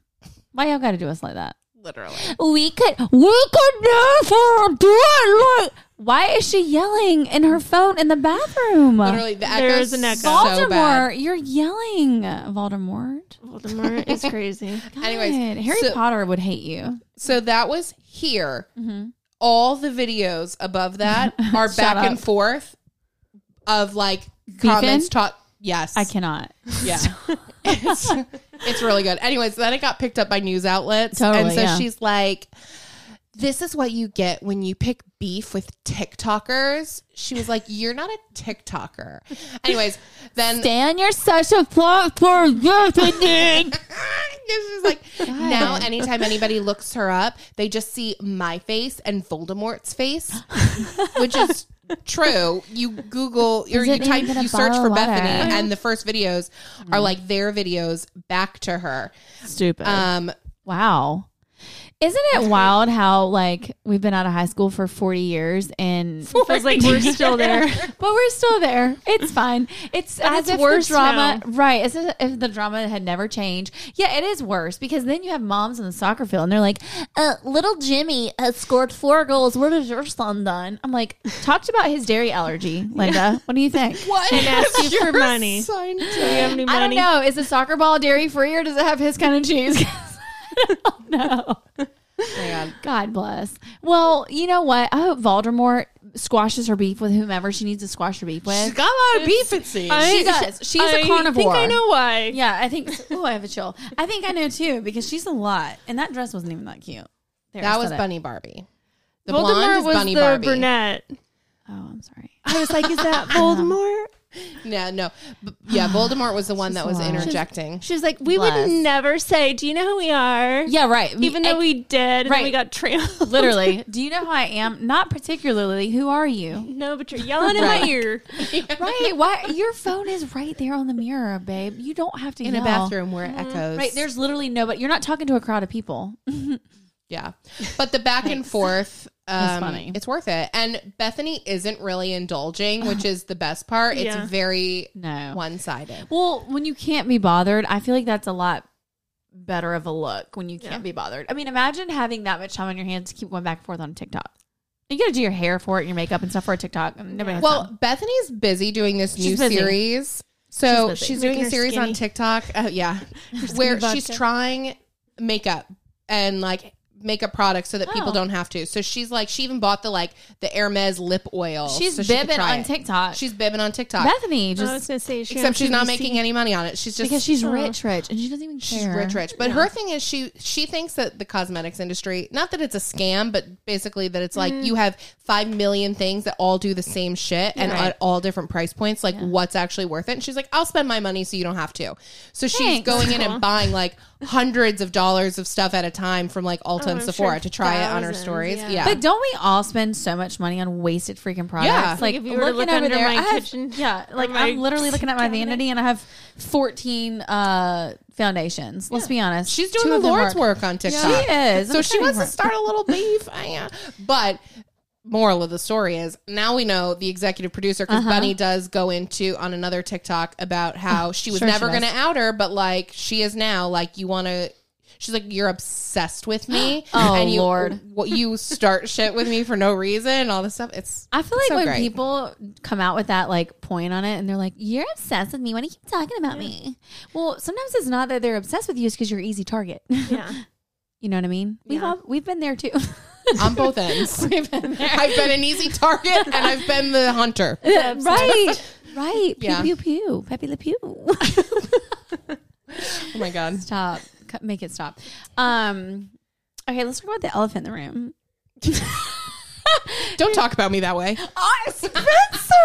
Speaker 2: Why y'all gotta do us like that?
Speaker 1: Literally.
Speaker 2: We could we could never do it like why is she yelling in her phone in the bathroom?
Speaker 1: Literally, the echo
Speaker 4: There is an echo.
Speaker 1: so bad.
Speaker 2: Voldemort, you're yelling. Voldemort.
Speaker 4: Voldemort is crazy.
Speaker 1: Anyways,
Speaker 2: God, Harry
Speaker 1: so-
Speaker 2: Potter would hate you.
Speaker 1: So that was here. All the videos above that are
Speaker 2: Mm-hmm. Shut
Speaker 1: back
Speaker 2: up.
Speaker 1: and forth of like comments taught. Yes,
Speaker 2: I cannot.
Speaker 1: Yeah, it's, it's really good. Anyways, then it got picked up by news outlets, and
Speaker 2: Totally,
Speaker 1: so
Speaker 2: yeah.
Speaker 1: she's like, "This is what you get when you pick beef with TikTokers." She was like, "You're not a TikToker." Anyways, then
Speaker 2: Stay on your social platform. Yes, I did.
Speaker 1: She's like, now anytime anybody looks her up, they just see my face and Voldemort's face, which is true. You Google or
Speaker 2: Is
Speaker 1: you
Speaker 2: it
Speaker 1: type,
Speaker 2: even a
Speaker 1: you search
Speaker 2: bottle
Speaker 1: for
Speaker 2: of water? Mm.
Speaker 1: Bethany, and the first videos are like their videos back to her.
Speaker 4: Stupid.
Speaker 1: Um,
Speaker 2: Wow. Isn't it wild how like we've been out of high school for 40 years and
Speaker 4: Feels like we're still there.
Speaker 2: but we're still there. It's fine. It's as
Speaker 4: it's
Speaker 2: if
Speaker 4: worse
Speaker 2: the drama, right? As if the drama had never changed. Yeah, it is worse because then you have moms on the soccer field and they're like, uh, "Little Jimmy has scored four goals. What has your son done?" I'm like, talked about his dairy allergy, Linda. What do you think?
Speaker 1: what?
Speaker 4: And ask you for money.
Speaker 1: Son-
Speaker 4: Do you have any money?
Speaker 2: I don't know. Is the soccer ball dairy free or does it have his kind of cheese? no.
Speaker 1: Man.
Speaker 2: God bless. Well, you know what? I hope Voldemort squashes her beef with whomever she needs to squash her beef
Speaker 1: She's
Speaker 2: with.
Speaker 1: got a lot of beef, it seems.
Speaker 4: I-
Speaker 2: She does. She's a
Speaker 4: I
Speaker 2: carnivore.
Speaker 4: think I know why.
Speaker 2: Yeah, I think. Oh, I have a chill. I think I know too because she's a lot, and that dress wasn't even that cute. There, I
Speaker 1: that was
Speaker 2: said it.
Speaker 1: Bunny Barbie. The blonde
Speaker 4: Voldemort
Speaker 1: is
Speaker 4: was
Speaker 1: Bunny
Speaker 4: the
Speaker 1: Barbie.
Speaker 4: brunette.
Speaker 2: Oh, I'm sorry.
Speaker 4: I was like, is that Voldemort?
Speaker 1: Yeah, no. B- yeah, Voldemort was the one that was
Speaker 2: lying.
Speaker 1: interjecting.
Speaker 4: She was like, we
Speaker 2: Bless.
Speaker 4: would never say, do you know who we are?
Speaker 2: Yeah, right.
Speaker 4: Even though
Speaker 2: I-
Speaker 4: we did, and then
Speaker 2: right.
Speaker 4: we got trampled.
Speaker 2: literally, do you know who I am? Not particularly. Who are you?
Speaker 4: No, but you're yelling in
Speaker 1: Right.
Speaker 4: my ear.
Speaker 2: Right? Why? Your phone is right there on the mirror, babe. You don't have to
Speaker 1: In a
Speaker 2: yell.
Speaker 1: bathroom where it echoes.
Speaker 2: Right? There's literally nobody. You're not talking to a crowd of people.
Speaker 1: Yeah. But the back and forth, um,
Speaker 2: funny.
Speaker 1: it's worth it. And Bethany isn't really indulging, which is the best part. It's
Speaker 4: Yeah.
Speaker 1: very
Speaker 2: No.
Speaker 1: one sided.
Speaker 2: Well, when you can't be bothered, I feel like that's a lot better of a look when you can't be bothered. I mean, imagine having that much time on your hands to keep going back and forth on TikTok. You got to do your hair for it, your makeup and stuff for a TikTok. Mm, and Nobody has
Speaker 1: Well,
Speaker 2: time.
Speaker 1: Bethany's busy doing this
Speaker 2: She's
Speaker 1: new
Speaker 2: busy.
Speaker 1: series. So
Speaker 2: She's
Speaker 1: she's,
Speaker 2: busy.
Speaker 1: doing
Speaker 4: Making
Speaker 1: a
Speaker 4: her
Speaker 1: series on
Speaker 4: skinny.
Speaker 1: TikTok. Uh, yeah. where she's trying makeup and like makeup products so that people
Speaker 2: Oh.
Speaker 1: don't have to. So she's like, she even bought the like the Hermes lip oil.
Speaker 2: she's
Speaker 1: so she could
Speaker 2: bibbing
Speaker 1: try
Speaker 2: on
Speaker 1: it.
Speaker 2: TikTok.
Speaker 1: She's bibbing on TikTok.
Speaker 2: Bethany
Speaker 4: I was
Speaker 2: just
Speaker 4: gonna say, she
Speaker 1: except
Speaker 4: on
Speaker 1: she's not
Speaker 4: QVC.
Speaker 1: making any money on it. She's just
Speaker 2: because she's rich, rich, and she doesn't even care.
Speaker 1: She's rich, rich. But her thing is she she thinks that the cosmetics industry, not that it's a scam, but basically that it's like you have five million things that all do the same shit and at all different price points. Like what's actually worth it? And she's like, I'll spend my money so you don't have to. So she's
Speaker 2: Thanks.
Speaker 1: going in and buying like hundreds of dollars of stuff at a time from like Ulta and
Speaker 4: I'm
Speaker 1: Sephora
Speaker 4: sure
Speaker 1: to try it on her
Speaker 4: thousands,
Speaker 1: stories. Yeah.
Speaker 4: yeah.
Speaker 2: But don't we all spend so much money on wasted freaking products?
Speaker 1: Yeah.
Speaker 2: Like,
Speaker 4: if you were to
Speaker 2: looking
Speaker 4: look
Speaker 2: over
Speaker 4: under
Speaker 2: there,
Speaker 4: my
Speaker 2: I have-
Speaker 4: kitchen-
Speaker 2: yeah,
Speaker 4: or
Speaker 2: like
Speaker 4: my
Speaker 2: I'm literally looking at my vanity and I have 14 uh, foundations. Let's be honest.
Speaker 1: she's
Speaker 2: Two
Speaker 1: doing
Speaker 2: of
Speaker 1: the
Speaker 2: them
Speaker 1: Lord's
Speaker 2: work.
Speaker 1: work on TikTok.
Speaker 2: She is.
Speaker 1: So
Speaker 2: I'm
Speaker 1: she wants to
Speaker 2: sorry.
Speaker 1: start a little beef. I, uh, but moral of the story is now we know the executive producer
Speaker 2: Uh-huh.
Speaker 1: because Bunny does go into on another TikTok about how she was
Speaker 2: Oh, sure she
Speaker 1: never
Speaker 2: does.
Speaker 1: going to out her, but like she is now. Like you want to. She's like, you're obsessed with me,
Speaker 2: Oh,
Speaker 1: and you,
Speaker 2: Lord.
Speaker 1: what you start shit with me for no reason, and all this stuff. It's
Speaker 2: I feel like
Speaker 1: so
Speaker 2: when
Speaker 1: great.
Speaker 2: people come out with that like point on it and they're like, you're obsessed with me. Why do you keep talking about me? Well, sometimes it's not that they're obsessed with you, it's because you're an easy target.
Speaker 4: Yeah.
Speaker 2: you know what I mean? We've, all, we've been there too.
Speaker 1: on both ends. I've been an easy target, and I've been the hunter.
Speaker 2: right. Right. Pew,
Speaker 1: Yeah.
Speaker 2: pew, pew. Pepe Le Pew.
Speaker 1: Oh my god,
Speaker 2: stop. Cut- Make it stop. Um, okay, let's talk about the elephant in the room.
Speaker 1: don't talk about me that way.
Speaker 2: Oh, Spencer.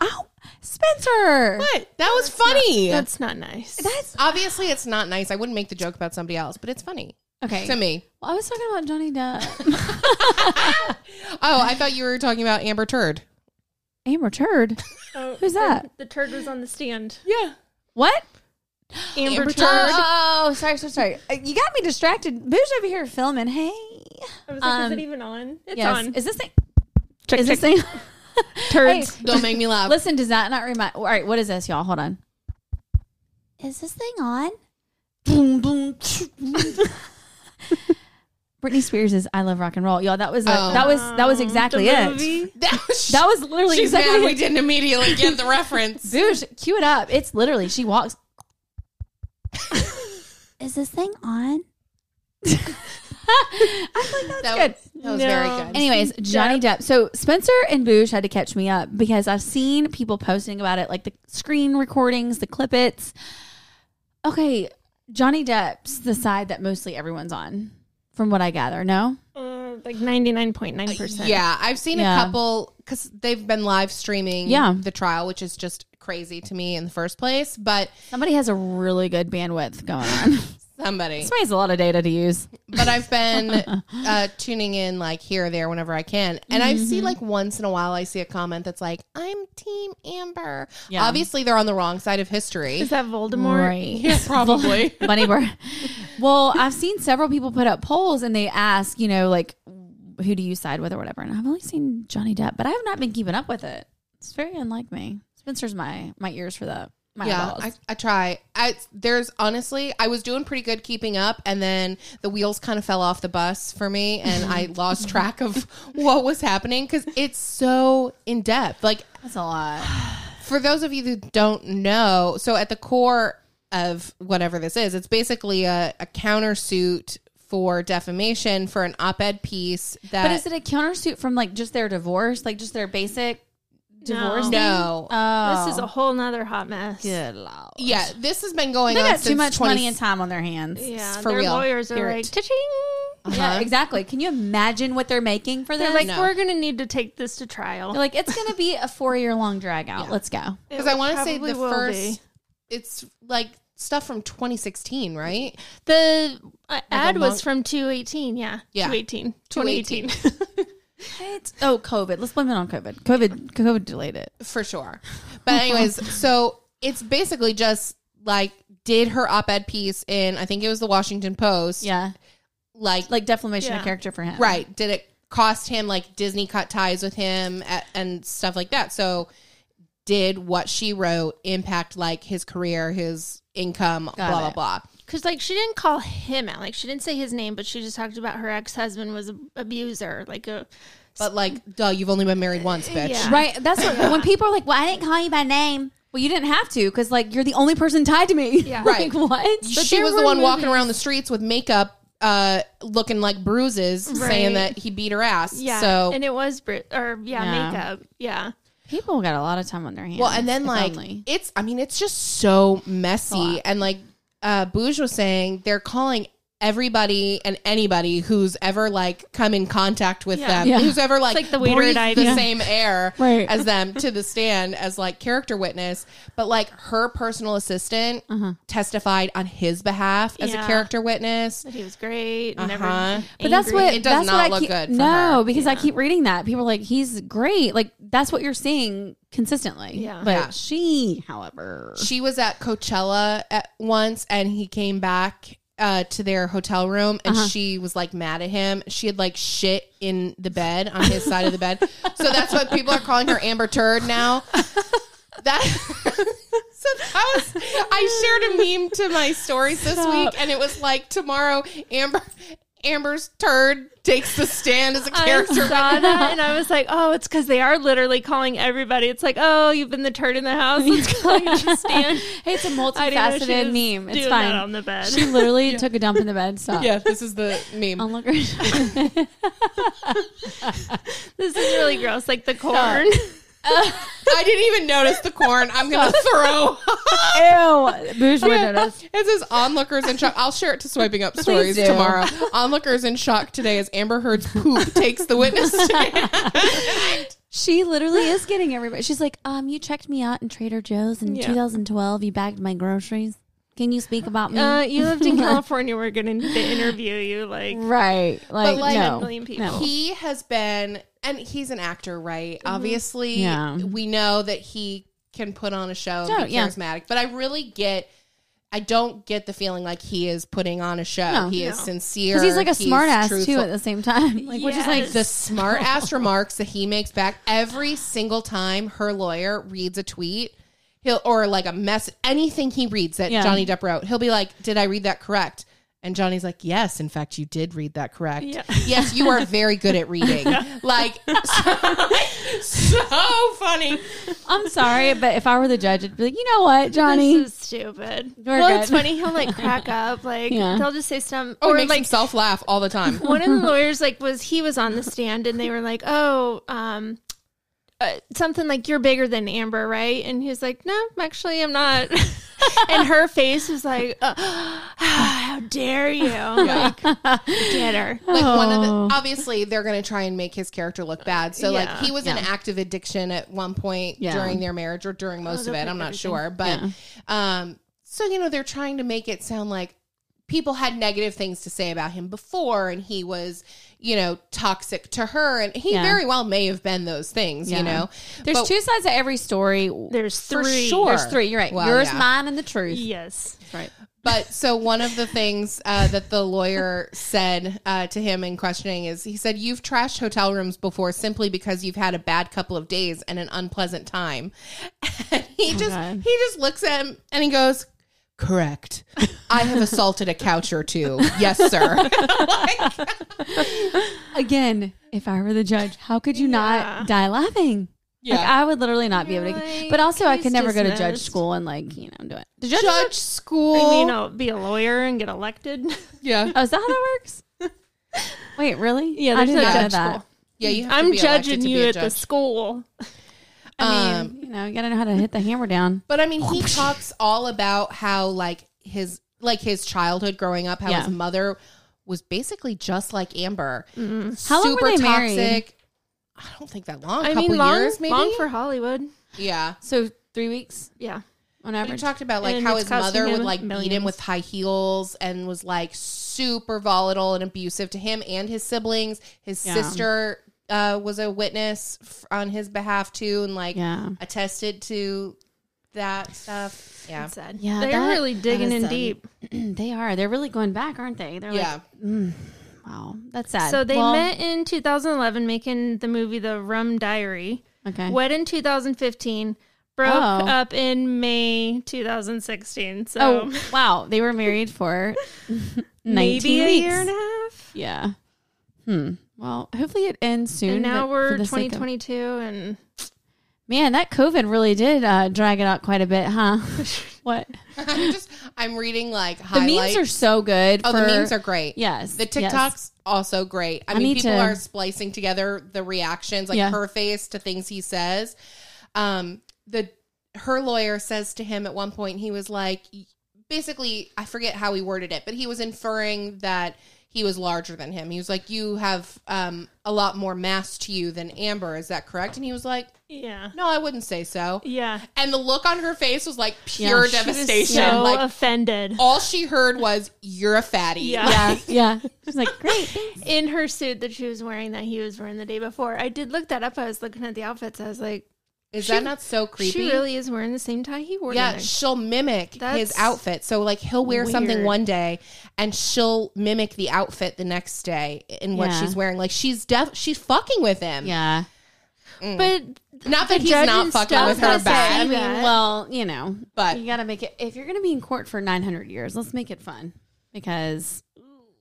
Speaker 2: oh, Spencer.
Speaker 1: What? That was funny.
Speaker 4: That's not nice.
Speaker 2: That's
Speaker 1: Obviously, it's not nice. I wouldn't make the joke about somebody else, but it's funny
Speaker 2: okay.
Speaker 1: to me.
Speaker 2: Well, I was talking about Johnny Depp.
Speaker 1: Oh, I thought you were talking about Amber Turd.
Speaker 2: Amber Turd.
Speaker 4: Oh,
Speaker 2: Who's that?
Speaker 4: The turd was on the stand.
Speaker 1: Yeah.
Speaker 2: What?
Speaker 4: Amber,
Speaker 1: Amber
Speaker 4: turd.
Speaker 1: Turd.
Speaker 2: Oh, sorry, sorry, sorry. Uh, You got me distracted. Boo's over here filming. Hey.
Speaker 4: I was like,
Speaker 2: Um,
Speaker 4: is it even on? It's
Speaker 2: yes.
Speaker 4: on.
Speaker 2: Is this thing?
Speaker 4: check,
Speaker 2: is
Speaker 4: check.
Speaker 2: this thing?
Speaker 4: Turds.
Speaker 1: Don't make me laugh.
Speaker 2: Listen, does that not remind? All right, what is this, y'all? Hold on. Is this thing on? Boom, boom. Britney Spears is "I Love Rock and Roll." Y'all, that was a,
Speaker 1: Oh.
Speaker 2: that was that was exactly
Speaker 4: The
Speaker 2: it.
Speaker 4: movie.
Speaker 1: that was,
Speaker 2: That was literally
Speaker 1: she's
Speaker 2: exactly.
Speaker 1: mad we didn't immediately get the reference.
Speaker 2: Boosh, cue it up. It's literally she walks. is this thing on?
Speaker 1: that Was,
Speaker 2: good.
Speaker 1: that was
Speaker 4: No.
Speaker 1: very good.
Speaker 2: Anyways, Johnny Depp. So Spencer and Boosh had to catch me up because I've seen people posting about it, like the screen recordings, the clippets. Okay, Johnny Depp's the side that mostly everyone's on, from what I gather. No,
Speaker 4: Uh, like 99.9%.
Speaker 1: Yeah, I've seen
Speaker 2: Yeah.
Speaker 1: a couple because they've been live streaming
Speaker 2: Yeah.
Speaker 1: the trial, which is just crazy to me in the first place. But
Speaker 2: somebody has a really good bandwidth going on.
Speaker 1: somebody,
Speaker 2: somebody has a lot of data to use.
Speaker 1: but I've been uh, tuning in like here or there whenever I can, and I see like once in a while I see a comment that's like, "I'm Team Amber."
Speaker 2: Yeah.
Speaker 1: Obviously, they're on the wrong side of history.
Speaker 4: Is that Voldemort?
Speaker 1: Yeah, probably.
Speaker 2: Bunny Bird. well, I've seen several people put up polls and they ask, you know, like, who do you side with or whatever. And I've only seen Johnny Depp, but I have not been keeping up with it. It's very unlike me. Spencer's my my ears for that. My
Speaker 1: yeah,
Speaker 2: eyeballs.
Speaker 1: I, I try. I there's honestly, I was doing pretty good keeping up, and then the wheels kind of fell off the bus for me, and I lost track of what was happening because it's so in depth. Like
Speaker 2: That's a lot.
Speaker 1: for those of you who don't know, so at the core of whatever this is, it's basically a, a countersuit for defamation for an op-ed piece that
Speaker 2: But is it a countersuit from like just their divorce, like just their basic divorce?
Speaker 4: No.
Speaker 1: no.
Speaker 2: Oh,
Speaker 4: This is a whole nother hot mess.
Speaker 2: good lord.
Speaker 1: yeah, this has been
Speaker 4: Oh
Speaker 1: going
Speaker 2: Oh. They
Speaker 1: on
Speaker 2: got
Speaker 1: since
Speaker 2: too much
Speaker 1: 20
Speaker 2: money and time on their hands.
Speaker 4: Yeah,
Speaker 1: for
Speaker 4: their
Speaker 1: real.
Speaker 4: lawyers are
Speaker 2: Period.
Speaker 4: like, "Cha-ching!" Uh-huh.
Speaker 2: Yeah, exactly. Can you imagine what they're making for this?
Speaker 4: They're like,
Speaker 1: No.
Speaker 4: we're gonna need to take this to trial.
Speaker 2: They're like, it's going to be a four year long drag out. Let's go.
Speaker 1: because I want to say the
Speaker 4: probably will
Speaker 1: first.
Speaker 4: be.
Speaker 1: It's like stuff from 2016, right?
Speaker 4: the uh, ad
Speaker 1: long-
Speaker 4: was from 218. Yeah,
Speaker 1: Yeah.
Speaker 4: 218, 2018.
Speaker 2: Oh, COVID. Let's blame it on COVID. COVID, COVID delayed it.
Speaker 1: for sure. But anyways, so it's basically just like did her op-ed piece in I think it was the Washington Post.
Speaker 2: Yeah,
Speaker 1: like,
Speaker 2: like defamation of
Speaker 4: Yeah.
Speaker 2: character for him.
Speaker 1: right? Did it cost him like Disney cut ties with him at, and stuff like that? So did what she wrote impact like his career, his income, blah
Speaker 2: it.
Speaker 1: blah blah?
Speaker 4: Because like she didn't call him out, like she didn't say his name, but she just talked about her ex husband was an abuser, like a
Speaker 1: But like, duh, you've only been married once, bitch.
Speaker 4: Yeah.
Speaker 2: Right. That's what, when people are like, "Well, I didn't call you by name." Well, you didn't have to because like you're the only person tied to me. Yeah.
Speaker 1: Right.
Speaker 2: like, what?
Speaker 1: she was the one walking around the streets with makeup, uh, looking like bruises, saying
Speaker 4: Right.
Speaker 1: that he beat her ass.
Speaker 4: yeah.
Speaker 1: So
Speaker 4: and it was Brit or yeah,
Speaker 2: Yeah.
Speaker 4: makeup, yeah.
Speaker 2: People got a lot of time on their hands.
Speaker 1: Well, and then
Speaker 2: if
Speaker 1: like
Speaker 2: only.
Speaker 1: it's I mean it's just so messy
Speaker 2: lot.
Speaker 1: and like uh Bouge was saying they're calling everybody and anybody who's ever like come in contact with
Speaker 4: Yeah.
Speaker 1: them
Speaker 2: Yeah.
Speaker 1: who's ever like,
Speaker 4: like the waiter
Speaker 1: breathed
Speaker 4: died,
Speaker 1: the
Speaker 4: yeah.
Speaker 1: same air
Speaker 2: Right.
Speaker 1: as them to the stand as like character witness but like her personal assistant
Speaker 2: Uh-huh.
Speaker 1: testified on his behalf as a
Speaker 4: Yeah.
Speaker 1: character witness
Speaker 4: That he was great. And
Speaker 1: Uh-huh.
Speaker 4: everyone
Speaker 2: But that's
Speaker 4: angry.
Speaker 2: what
Speaker 1: It does
Speaker 2: that's
Speaker 1: not
Speaker 2: what I
Speaker 1: look
Speaker 2: keep-
Speaker 1: good for
Speaker 2: no,
Speaker 1: her.
Speaker 2: because I keep reading that people are like, "He's great." Like that's what you're seeing consistently.
Speaker 4: Yeah.
Speaker 2: But
Speaker 1: Yeah.
Speaker 2: she, however,
Speaker 1: she was at Coachella at once and he came back uh, to their hotel room and she was like mad at him. She had like shit in the bed on his side of the bed. So that's what people are calling her Amber Turd now. That so that was I shared a meme to my stories this week and it was like tomorrow Amber Amber's turd takes the stand as a
Speaker 4: I
Speaker 1: character.
Speaker 4: saw that and I was like, oh, it's because they are literally calling everybody. It's like, oh, you've been the turd in the house. It's calling you to stand.
Speaker 2: hey, it's a
Speaker 4: I didn't know she
Speaker 2: multifaceted
Speaker 4: was
Speaker 2: meme. It's
Speaker 4: doing
Speaker 2: fine.
Speaker 4: That on the bed.
Speaker 2: She literally took a dump in the bed. Stop.
Speaker 1: Yeah, this is the meme.
Speaker 2: Um, Onlookers.
Speaker 4: this is really gross. Like the corn.
Speaker 1: I didn't even notice the corn. I'm gonna throw
Speaker 2: Ew. Bouge would notice.
Speaker 1: It says onlookers in shock. I'll share it to swiping up stories
Speaker 2: do.
Speaker 1: tomorrow. Onlookers in shock today as Amber Heard's poop takes the witness stand.
Speaker 2: She literally is getting everybody. She's like, um, you checked me out in Trader Joe's in 2012. You bagged my groceries. Can you speak about me?
Speaker 4: Uh, you lived in California. We're going to interview you. Like,
Speaker 2: right. Like,
Speaker 1: like,
Speaker 2: no.
Speaker 4: million people.
Speaker 2: No.
Speaker 1: He has been, and he's an actor, right? Obviously,
Speaker 2: Yeah.
Speaker 1: we know that he can put on a show and
Speaker 2: Oh,
Speaker 1: be
Speaker 2: yeah.
Speaker 1: charismatic. But I really get I don't get the feeling like he is putting on a show.
Speaker 2: No.
Speaker 1: he is sincere.
Speaker 2: Because he's like a smart ass
Speaker 1: truthful.
Speaker 2: too at the same time. Like we're just like
Speaker 1: the smart ass remarks that he makes back every single time her lawyer reads a tweet he'll or like a mess anything he reads that
Speaker 4: Yeah.
Speaker 1: johnny depp wrote he'll be like did i read that correct and johnny's like yes in fact you did read that correct
Speaker 4: Yeah.
Speaker 1: yes you are very good at reading like so, so funny
Speaker 2: I'm sorry, but if I were the judge, I'd be like, you know what, Johnny?
Speaker 4: This is stupid.
Speaker 2: We're
Speaker 4: well,
Speaker 2: good.
Speaker 4: it's funny. He'll like crack up. Like
Speaker 2: Yeah.
Speaker 4: they'll just say some
Speaker 1: oh he
Speaker 4: or
Speaker 1: makes
Speaker 4: like
Speaker 1: himself laugh all the time
Speaker 4: one of the lawyers like was he was on the stand and they were like, oh, um. Uh, something like you're bigger than Amber, right? And he was like, "No, actually, I'm not." and her face was like, uh, "How dare you!" Like, get her.
Speaker 1: like one of
Speaker 2: Oh.
Speaker 1: the obviously they're going to try and make his character look bad so like
Speaker 4: Yeah.
Speaker 1: he was in active addiction at one point
Speaker 2: Yeah. Oh,
Speaker 1: during their marriage or during most of
Speaker 4: they'll
Speaker 1: it
Speaker 4: pick
Speaker 1: i'm not
Speaker 4: everything.
Speaker 1: sure but um so you know they're trying to make it sound like people had negative things to say about him before and he was you know toxic to her and he
Speaker 2: Yeah.
Speaker 1: very well may have been those things
Speaker 2: Yeah.
Speaker 1: you know
Speaker 2: There's
Speaker 1: But-
Speaker 2: two sides to every story.
Speaker 4: There's
Speaker 1: For
Speaker 4: three.
Speaker 1: sure.
Speaker 2: There's three. You're right.
Speaker 1: Well,
Speaker 2: Yours,
Speaker 1: yeah.
Speaker 2: mine, and the truth.
Speaker 4: Yes.
Speaker 2: That's right.
Speaker 1: But so one of the things uh, that the lawyer said uh, to him in questioning is he said, You've trashed hotel rooms before simply because you've had a bad couple of days and an unpleasant time. And he just
Speaker 2: Oh, God.
Speaker 1: he just looks at him and he goes, Correct. I have assaulted a couch or two. Yes, sir. Like,
Speaker 2: Again, if I were the judge, how could you
Speaker 4: Yeah.
Speaker 2: not die laughing? Like I would literally not be
Speaker 4: You're
Speaker 2: able to.
Speaker 4: like,
Speaker 2: but also, I could
Speaker 4: case
Speaker 2: never go to judge
Speaker 4: dismissed.
Speaker 2: school and like you know do it. The
Speaker 1: judge,
Speaker 2: judge. judge.
Speaker 1: school.
Speaker 4: I mean, I'll be a lawyer and get elected.
Speaker 1: yeah.
Speaker 2: Oh, is that how that works? Wait, really?
Speaker 4: Yeah,
Speaker 2: I
Speaker 4: there's
Speaker 2: did
Speaker 4: no
Speaker 2: not know
Speaker 4: judge
Speaker 2: that.
Speaker 4: school.
Speaker 1: Yeah, you have to
Speaker 4: I'm
Speaker 1: be elected
Speaker 4: judging
Speaker 1: to
Speaker 4: you
Speaker 1: be a
Speaker 4: at the
Speaker 1: judge.
Speaker 4: school.
Speaker 2: I
Speaker 1: Um,
Speaker 2: mean, you know, you gotta know how to hit the hammer down.
Speaker 1: But I mean, he talks all about how like his like his childhood growing up, how
Speaker 2: Yeah.
Speaker 1: his mother was basically just like Amber.
Speaker 2: How long were they married?
Speaker 1: I don't think that long. A
Speaker 4: I
Speaker 1: couple
Speaker 4: mean, long,
Speaker 1: years maybe.
Speaker 4: long for Hollywood.
Speaker 1: yeah.
Speaker 2: So three weeks
Speaker 4: Yeah.
Speaker 2: on
Speaker 1: He
Speaker 2: average.
Speaker 1: talked about like
Speaker 4: And
Speaker 1: how
Speaker 4: it's
Speaker 1: his mother
Speaker 4: costing
Speaker 1: would
Speaker 4: him
Speaker 1: like beat him
Speaker 4: millions.
Speaker 1: with high heels and was like super volatile and abusive to him and his siblings. His
Speaker 2: Yeah.
Speaker 1: sister uh, was a witness f- on his behalf too, and like
Speaker 2: Yeah.
Speaker 1: attested to that stuff. Yeah,
Speaker 4: Sad.
Speaker 2: Yeah,
Speaker 4: They're
Speaker 2: that-
Speaker 4: really digging
Speaker 2: that is
Speaker 4: in
Speaker 2: sad.
Speaker 4: deep.
Speaker 2: they are. They're really going back, aren't they? They're
Speaker 1: yeah.
Speaker 2: like, wow, that's sad.
Speaker 4: So they
Speaker 2: Well,
Speaker 4: met in 2011, making the movie The Rum Diary.
Speaker 2: Okay.
Speaker 4: Wed in 2015. Broke
Speaker 2: Oh.
Speaker 4: up in May 2016. So
Speaker 2: Oh wow, they were married for
Speaker 4: maybe
Speaker 2: nineteen
Speaker 4: a
Speaker 2: weeks.
Speaker 4: year and a half.
Speaker 2: Yeah. Hmm. Well, hopefully it ends soon.
Speaker 4: And now
Speaker 2: but for
Speaker 4: we're
Speaker 2: the sake of-
Speaker 4: 2022, and
Speaker 2: Man, that COVID really did uh, drag it out quite a bit, huh? what?
Speaker 1: I'm just I'm reading like
Speaker 2: The
Speaker 1: highlights.
Speaker 2: memes are so good.
Speaker 1: oh, the
Speaker 2: for-
Speaker 1: memes are great.
Speaker 2: Yes.
Speaker 1: The
Speaker 2: yes.
Speaker 1: TikToks also great. I,
Speaker 2: I
Speaker 1: mean,
Speaker 2: need
Speaker 1: people
Speaker 2: to-
Speaker 1: are splicing together the reactions, like
Speaker 2: Yeah.
Speaker 1: her face to things he says. Um, the her lawyer says to him at one point, he was like, basically, I forget how he worded it, but he was inferring that he was larger than him. He was like, "You have um, a lot more mass to you than Amber. Is that correct?" And he was like,
Speaker 4: yeah.
Speaker 1: "No, I wouldn't say so."
Speaker 4: Yeah.
Speaker 1: And the look on her face was like pure
Speaker 2: she was
Speaker 1: devastation.
Speaker 4: So
Speaker 1: like
Speaker 4: offended.
Speaker 1: all she heard was "You're a fatty."
Speaker 4: Yeah.
Speaker 2: Yeah. Yeah. She's like, great. thanks."
Speaker 4: in her suit that she was wearing that he was wearing the day before. I did look that up. I was looking at the outfits. I was like,
Speaker 1: Is
Speaker 4: She-
Speaker 1: that not so creepy?
Speaker 4: she really is wearing the same tie he wore.
Speaker 1: yeah,
Speaker 4: today.
Speaker 1: she'll mimic his
Speaker 4: That's
Speaker 1: outfit. So like he'll wear something
Speaker 4: weird.
Speaker 1: one day and she'll mimic the outfit the next day and what
Speaker 2: Yeah.
Speaker 1: she's wearing. Like she's def- she's fucking with him.
Speaker 2: Yeah.
Speaker 4: but
Speaker 1: Not that
Speaker 4: The
Speaker 1: he's
Speaker 4: judge
Speaker 1: not
Speaker 4: and
Speaker 1: fucking
Speaker 4: stuff
Speaker 1: with her
Speaker 4: has
Speaker 1: bad.
Speaker 4: said-
Speaker 2: I mean,
Speaker 4: that.
Speaker 2: well, you know,
Speaker 1: But-
Speaker 2: you got to make it. If you're going to be in court for 900 years, let's make it fun because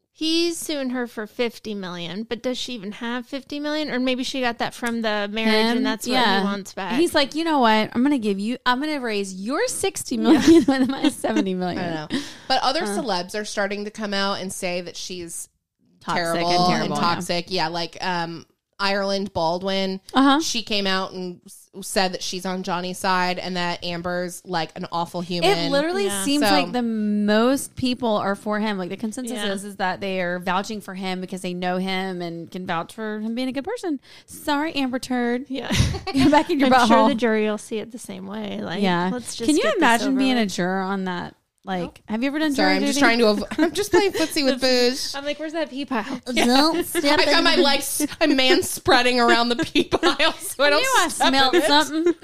Speaker 4: he's suing her for fifty million. But does she even have fifty million? Or maybe she got that from the marriage,
Speaker 2: him-
Speaker 4: and that's what
Speaker 2: yeah.
Speaker 4: he wants back.
Speaker 2: He's like, you know what? I'm going to give you. I'm going to raise your 60 million with my 70 million.
Speaker 1: I don't know. But other celebs are starting to come out and say that she's
Speaker 2: Toxic and
Speaker 1: terrible and,
Speaker 2: terrible, yeah.
Speaker 1: toxic. Yeah, like um Ireland Baldwin.
Speaker 2: Uh huh.
Speaker 1: She came out and s- said that she's on Johnny's side and that Amber's like an awful human.
Speaker 2: It literally
Speaker 4: Yeah.
Speaker 2: seems
Speaker 1: So-
Speaker 2: like the most people are for him. Like the consensus
Speaker 4: Yeah.
Speaker 2: is is that they are vouching for him because they know him and can vouch for him being a good person. Sorry, Amber Turd.
Speaker 4: yeah,
Speaker 2: Go back in your
Speaker 4: I'm sure
Speaker 2: butthole.
Speaker 4: the jury will see it the same way. Like,
Speaker 2: yeah.
Speaker 4: let's just.
Speaker 2: can
Speaker 4: get
Speaker 2: you
Speaker 4: this
Speaker 2: imagine
Speaker 4: over
Speaker 2: being a
Speaker 4: with.
Speaker 2: juror on that? Like, have you ever done
Speaker 1: Sorry,
Speaker 2: jury
Speaker 1: I'm
Speaker 2: duty?
Speaker 1: just trying to. Avo- I'm just playing footsie with Booge.
Speaker 4: I'm like, where's that pea pile?
Speaker 2: Don't step
Speaker 1: I got my legs, a man spreading around the pea pile, so I
Speaker 2: I
Speaker 1: don't.
Speaker 2: knew I
Speaker 1: step in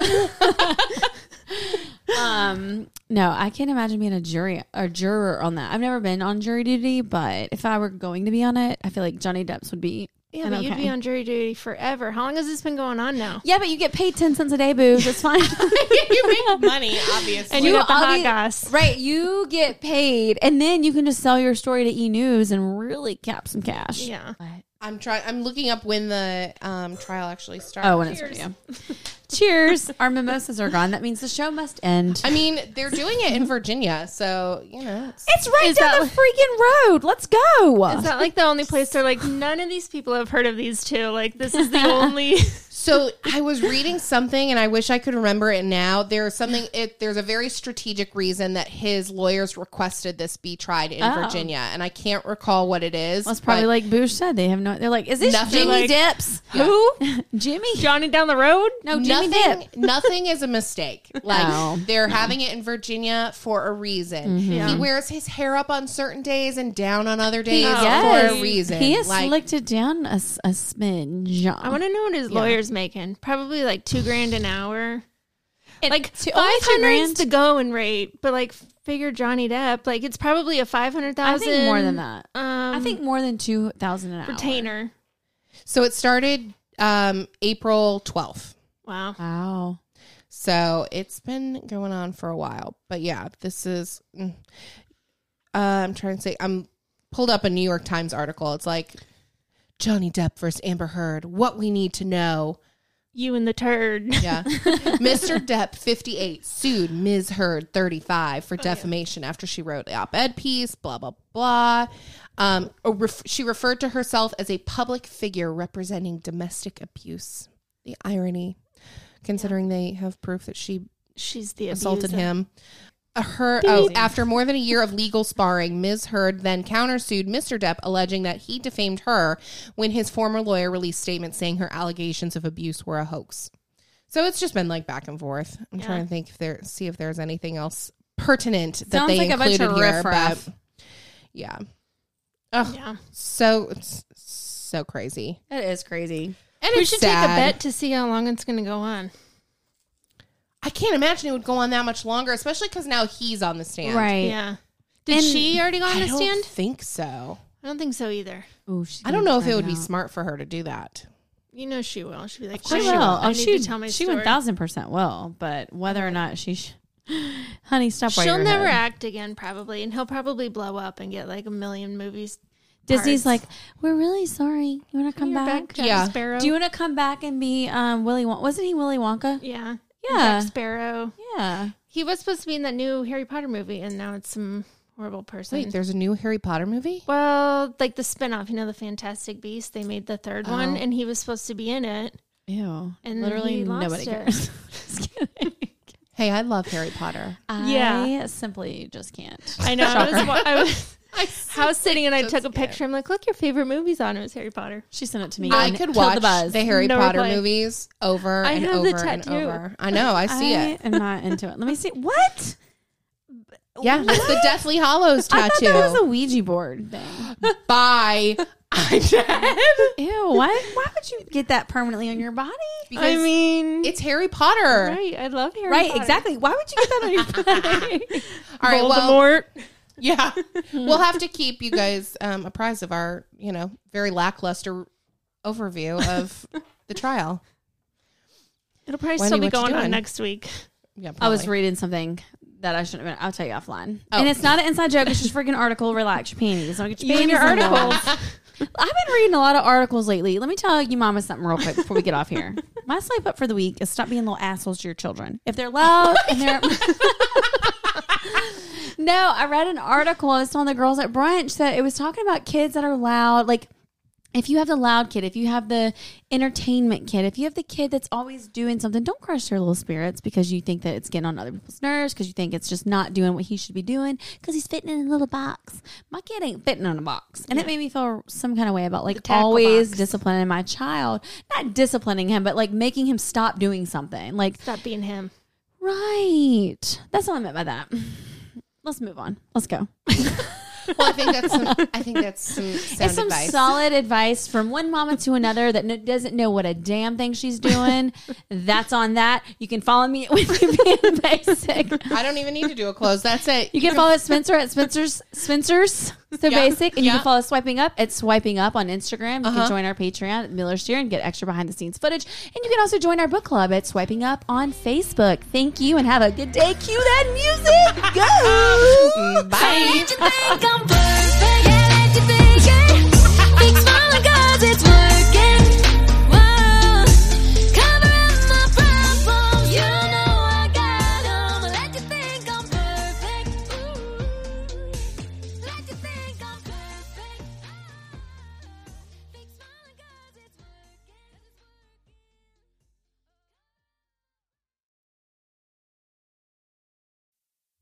Speaker 2: smelled
Speaker 1: it.
Speaker 2: something. um, No, I can't imagine being a jury or juror on that. I've never been on jury duty, but if I were going to be on it, I feel like Johnny Depp's would be.
Speaker 4: Yeah,
Speaker 2: an
Speaker 4: but you'd
Speaker 2: okay.
Speaker 4: be on jury duty forever. How long has this been going on now?
Speaker 2: Yeah, but you get paid ten cents a day, boo. That's fine.
Speaker 1: you make money, obviously.
Speaker 4: And you
Speaker 2: You
Speaker 4: got the hot
Speaker 2: obvi-
Speaker 4: goss.
Speaker 2: right? You get paid, and then you can just sell your story to E News and really cap some cash.
Speaker 4: Yeah.
Speaker 1: I'm trying. I'm looking up when the um, trial actually starts.
Speaker 2: Oh, and it's yeah. Cheers. Our mimosas are gone. That means the show must end.
Speaker 1: I mean, they're doing it in Virginia, so you know. it's-
Speaker 2: It's right
Speaker 4: Is
Speaker 2: down
Speaker 4: that-
Speaker 2: the freaking road. Let's go.
Speaker 4: Is that like the only place they're like, none of these people have heard of these two? Like, this is the only.
Speaker 1: So I was reading something, and I wish I could remember it now. There's something. It there's a very strategic reason that his lawyers requested this be tried in
Speaker 2: Oh.
Speaker 1: Virginia, and I can't recall what it is.
Speaker 2: That's probably
Speaker 1: but-
Speaker 2: like Boosh said. They have no. They're like, is this
Speaker 1: Nothing.
Speaker 2: Jimmy
Speaker 4: Like-
Speaker 2: Dips?
Speaker 4: Who?
Speaker 2: Jimmy?
Speaker 4: Johnny down the road?
Speaker 2: No, Jimmy
Speaker 1: nothing.
Speaker 2: Dip. Oh.
Speaker 1: nothing is a mistake. Like
Speaker 2: No,
Speaker 1: they're having it in Virginia for a
Speaker 2: Mm-hmm.
Speaker 1: reason. He wears his hair up on certain days and down on other days
Speaker 2: yes.
Speaker 1: for a reason.
Speaker 2: He has
Speaker 1: like
Speaker 2: slicked it down a, s- a smidge.
Speaker 4: I want to know what his lawyer's making. Probably like two grand an hour. like
Speaker 2: two-
Speaker 4: five
Speaker 2: only two grand?
Speaker 4: hundred's the going rate, but like figure Johnny Depp, like it's probably a five hundred
Speaker 2: I
Speaker 4: thousand.
Speaker 2: think more than that.
Speaker 4: Um,
Speaker 2: I think more than two thousand an hour.
Speaker 4: retainer.
Speaker 1: so. It started um, April twelfth.
Speaker 4: Wow.
Speaker 2: Wow.
Speaker 1: So it's been going on for a while. But yeah, this is. mm. Uh, I'm trying to say. I'm pulled up a New York Times article. It's like Johnny Depp versus Amber Heard. What we need to know.
Speaker 4: You and the turd.
Speaker 1: Yeah. Mr. Depp, 58, sued Ms. Heard, 35, for defamation after she wrote the op ed piece, blah, blah, blah. Um, a ref- she referred to herself as a public figure representing domestic abuse. The irony, considering they have proof that she
Speaker 4: She's the
Speaker 1: assaulted
Speaker 4: abuser.
Speaker 1: him. Uh, Her oh, after more than a year of legal sparring, Ms. Heard then countersued Mr. Depp, alleging that he defamed her when his former lawyer released statements saying her allegations of abuse were a hoax. So it's just been like back and forth. I'm trying to think if there see if there's anything else pertinent that
Speaker 2: Sounds
Speaker 1: they
Speaker 2: like a bunch
Speaker 1: included
Speaker 2: of
Speaker 1: here.
Speaker 2: riffraff.
Speaker 1: But yeah, oh,
Speaker 4: Yeah.
Speaker 1: so it's so crazy.
Speaker 2: That is crazy.
Speaker 1: And
Speaker 4: We
Speaker 1: it's
Speaker 4: should
Speaker 1: sad.
Speaker 4: take a bet to see how long it's going to go on.
Speaker 1: I can't imagine it would go on that much longer, especially because now he's on the stand.
Speaker 2: Right.
Speaker 4: Yeah. Did
Speaker 2: And-
Speaker 4: she already go on
Speaker 1: I
Speaker 4: the
Speaker 1: don't
Speaker 4: stand?
Speaker 1: think so.
Speaker 4: I don't think so either.
Speaker 2: Ooh, she's
Speaker 1: I
Speaker 2: gonna
Speaker 1: don't know if it
Speaker 2: find
Speaker 1: would be
Speaker 2: out.
Speaker 1: smart for her to do that.
Speaker 4: You know she will. She'll be like,
Speaker 2: She
Speaker 4: "I
Speaker 2: will.
Speaker 4: need- I
Speaker 2: Oh,
Speaker 4: need
Speaker 2: she
Speaker 4: to tell my
Speaker 2: she
Speaker 4: story.
Speaker 2: one thousand percent will. But whether or not she, sh- honey, stop. while
Speaker 4: She'll
Speaker 2: you're
Speaker 4: never
Speaker 2: ahead.
Speaker 4: act again, probably, and he'll probably blow up and get like a million movies.
Speaker 2: Disney's
Speaker 4: parts.
Speaker 2: like, we're really sorry. You want to come
Speaker 4: You're
Speaker 2: back?
Speaker 4: Jack
Speaker 1: Yeah.
Speaker 4: Sparrow.
Speaker 2: Do you want to come back and be um, Willy Wonka? Wasn't he Willy Wonka?
Speaker 4: yeah,
Speaker 2: Yeah.
Speaker 4: Jack Sparrow.
Speaker 2: Yeah.
Speaker 4: He was supposed to be in that new Harry Potter movie, and now it's some horrible person.
Speaker 1: Wait, there's a new Harry Potter movie?
Speaker 4: well, like the spinoff, you know, the Fantastic Beast. They made the
Speaker 2: Oh.
Speaker 4: third one, and he was supposed to be in it.
Speaker 2: Ew.
Speaker 4: And
Speaker 2: Literally
Speaker 4: he lost
Speaker 2: nobody
Speaker 4: it.
Speaker 2: cares. just kidding.
Speaker 1: Hey, I love Harry Potter.
Speaker 4: Yeah.
Speaker 2: I simply just can't.
Speaker 4: I know. I was, wa- I was house sitting, and I took a picture. I'm like, look, your favorite movie's on. It was Harry Potter.
Speaker 2: She sent it to me.
Speaker 1: I
Speaker 2: and
Speaker 1: could
Speaker 2: killed
Speaker 1: watch the,
Speaker 2: the buzz.
Speaker 1: Harry
Speaker 4: No
Speaker 1: Potter
Speaker 4: reply.
Speaker 1: movies over
Speaker 4: I
Speaker 1: and
Speaker 4: have the
Speaker 1: over and
Speaker 4: tattoo.
Speaker 1: over. I know, I see
Speaker 2: I
Speaker 1: it.
Speaker 2: am not into it. Let me see. What?
Speaker 1: Yeah, it's the Deathly Hollows
Speaker 2: I thought
Speaker 1: tattoo.
Speaker 2: that was a Ouija board thing.
Speaker 1: Bye. I'm dead.
Speaker 2: Ew. Why? Why would you get that permanently on your body?
Speaker 1: Because
Speaker 4: I mean,
Speaker 1: it's Harry Potter.
Speaker 4: right. I love Harry.
Speaker 2: Right.
Speaker 4: Potter.
Speaker 2: Exactly. Why would you get that on your body?
Speaker 1: All right, well,
Speaker 4: Voldemort.
Speaker 1: yeah. we'll have to keep you guys um, apprised of our, you know, very lackluster overview of the trial.
Speaker 4: It'll probably
Speaker 1: Wendy,
Speaker 4: still be
Speaker 1: what you
Speaker 4: going on
Speaker 1: doing?
Speaker 4: next week.
Speaker 1: Yeah,
Speaker 2: I was
Speaker 1: probably.
Speaker 2: reading something that I shouldn't have been. I'll tell you offline. And it's not an inside joke. It's just a freaking article. Relax your panties. Don't get your
Speaker 4: You and
Speaker 2: panties
Speaker 4: your
Speaker 2: in a bun.
Speaker 4: articles.
Speaker 2: I've been reading a lot of articles lately. Let me tell you, mama, something real quick before we get off here. My slave up for the week is stop being little assholes to your children. If they're loud and they're. no, I read an article. I was on the girls at brunch that it was talking about kids that are loud. Like, if you have the loud kid, if you have the entertainment kid, if you have the kid that's always doing something, don't crush their little spirits because you think that it's getting on other people's nerves, because you think it's just not doing what he should be doing, because he's fitting in a little box. My kid ain't fitting in a box. And it made me feel some kind of way about like
Speaker 4: tackle
Speaker 2: always
Speaker 4: box.
Speaker 2: disciplining my child, not disciplining him, but like making him stop doing something. Like,
Speaker 4: Stop being him.
Speaker 2: right. That's all I meant by that. Let's move on. Let's go.
Speaker 1: Well, I think that's some, I think that's some sound
Speaker 2: It's some
Speaker 1: advice.
Speaker 2: solid advice from one mama to another that no, doesn't know what a damn thing she's doing. That's on that. You can follow me with you being basic.
Speaker 1: I don't even need to do a close. That's it.
Speaker 2: You can follow Spencer at Spencer's Spencer's so
Speaker 1: Yeah,
Speaker 2: basic, and
Speaker 1: yeah.
Speaker 2: you
Speaker 1: Uh-huh.
Speaker 2: can follow swiping up at swiping up on Instagram. You can join our Patreon at Miller Steer and get extra behind the scenes footage, and you can also join our book club at swiping up on Facebook. Thank you, and have a good day. Cue that music. Go.
Speaker 1: Bye.
Speaker 3: you think I'm perfect? Yeah, that you thinking. Big smile and cause it's working. Whoa. Cover up my problems. You know I got 'em. Let you think I'm perfect. Ooh. Let you think I'm perfect. Big smile and cause it's working.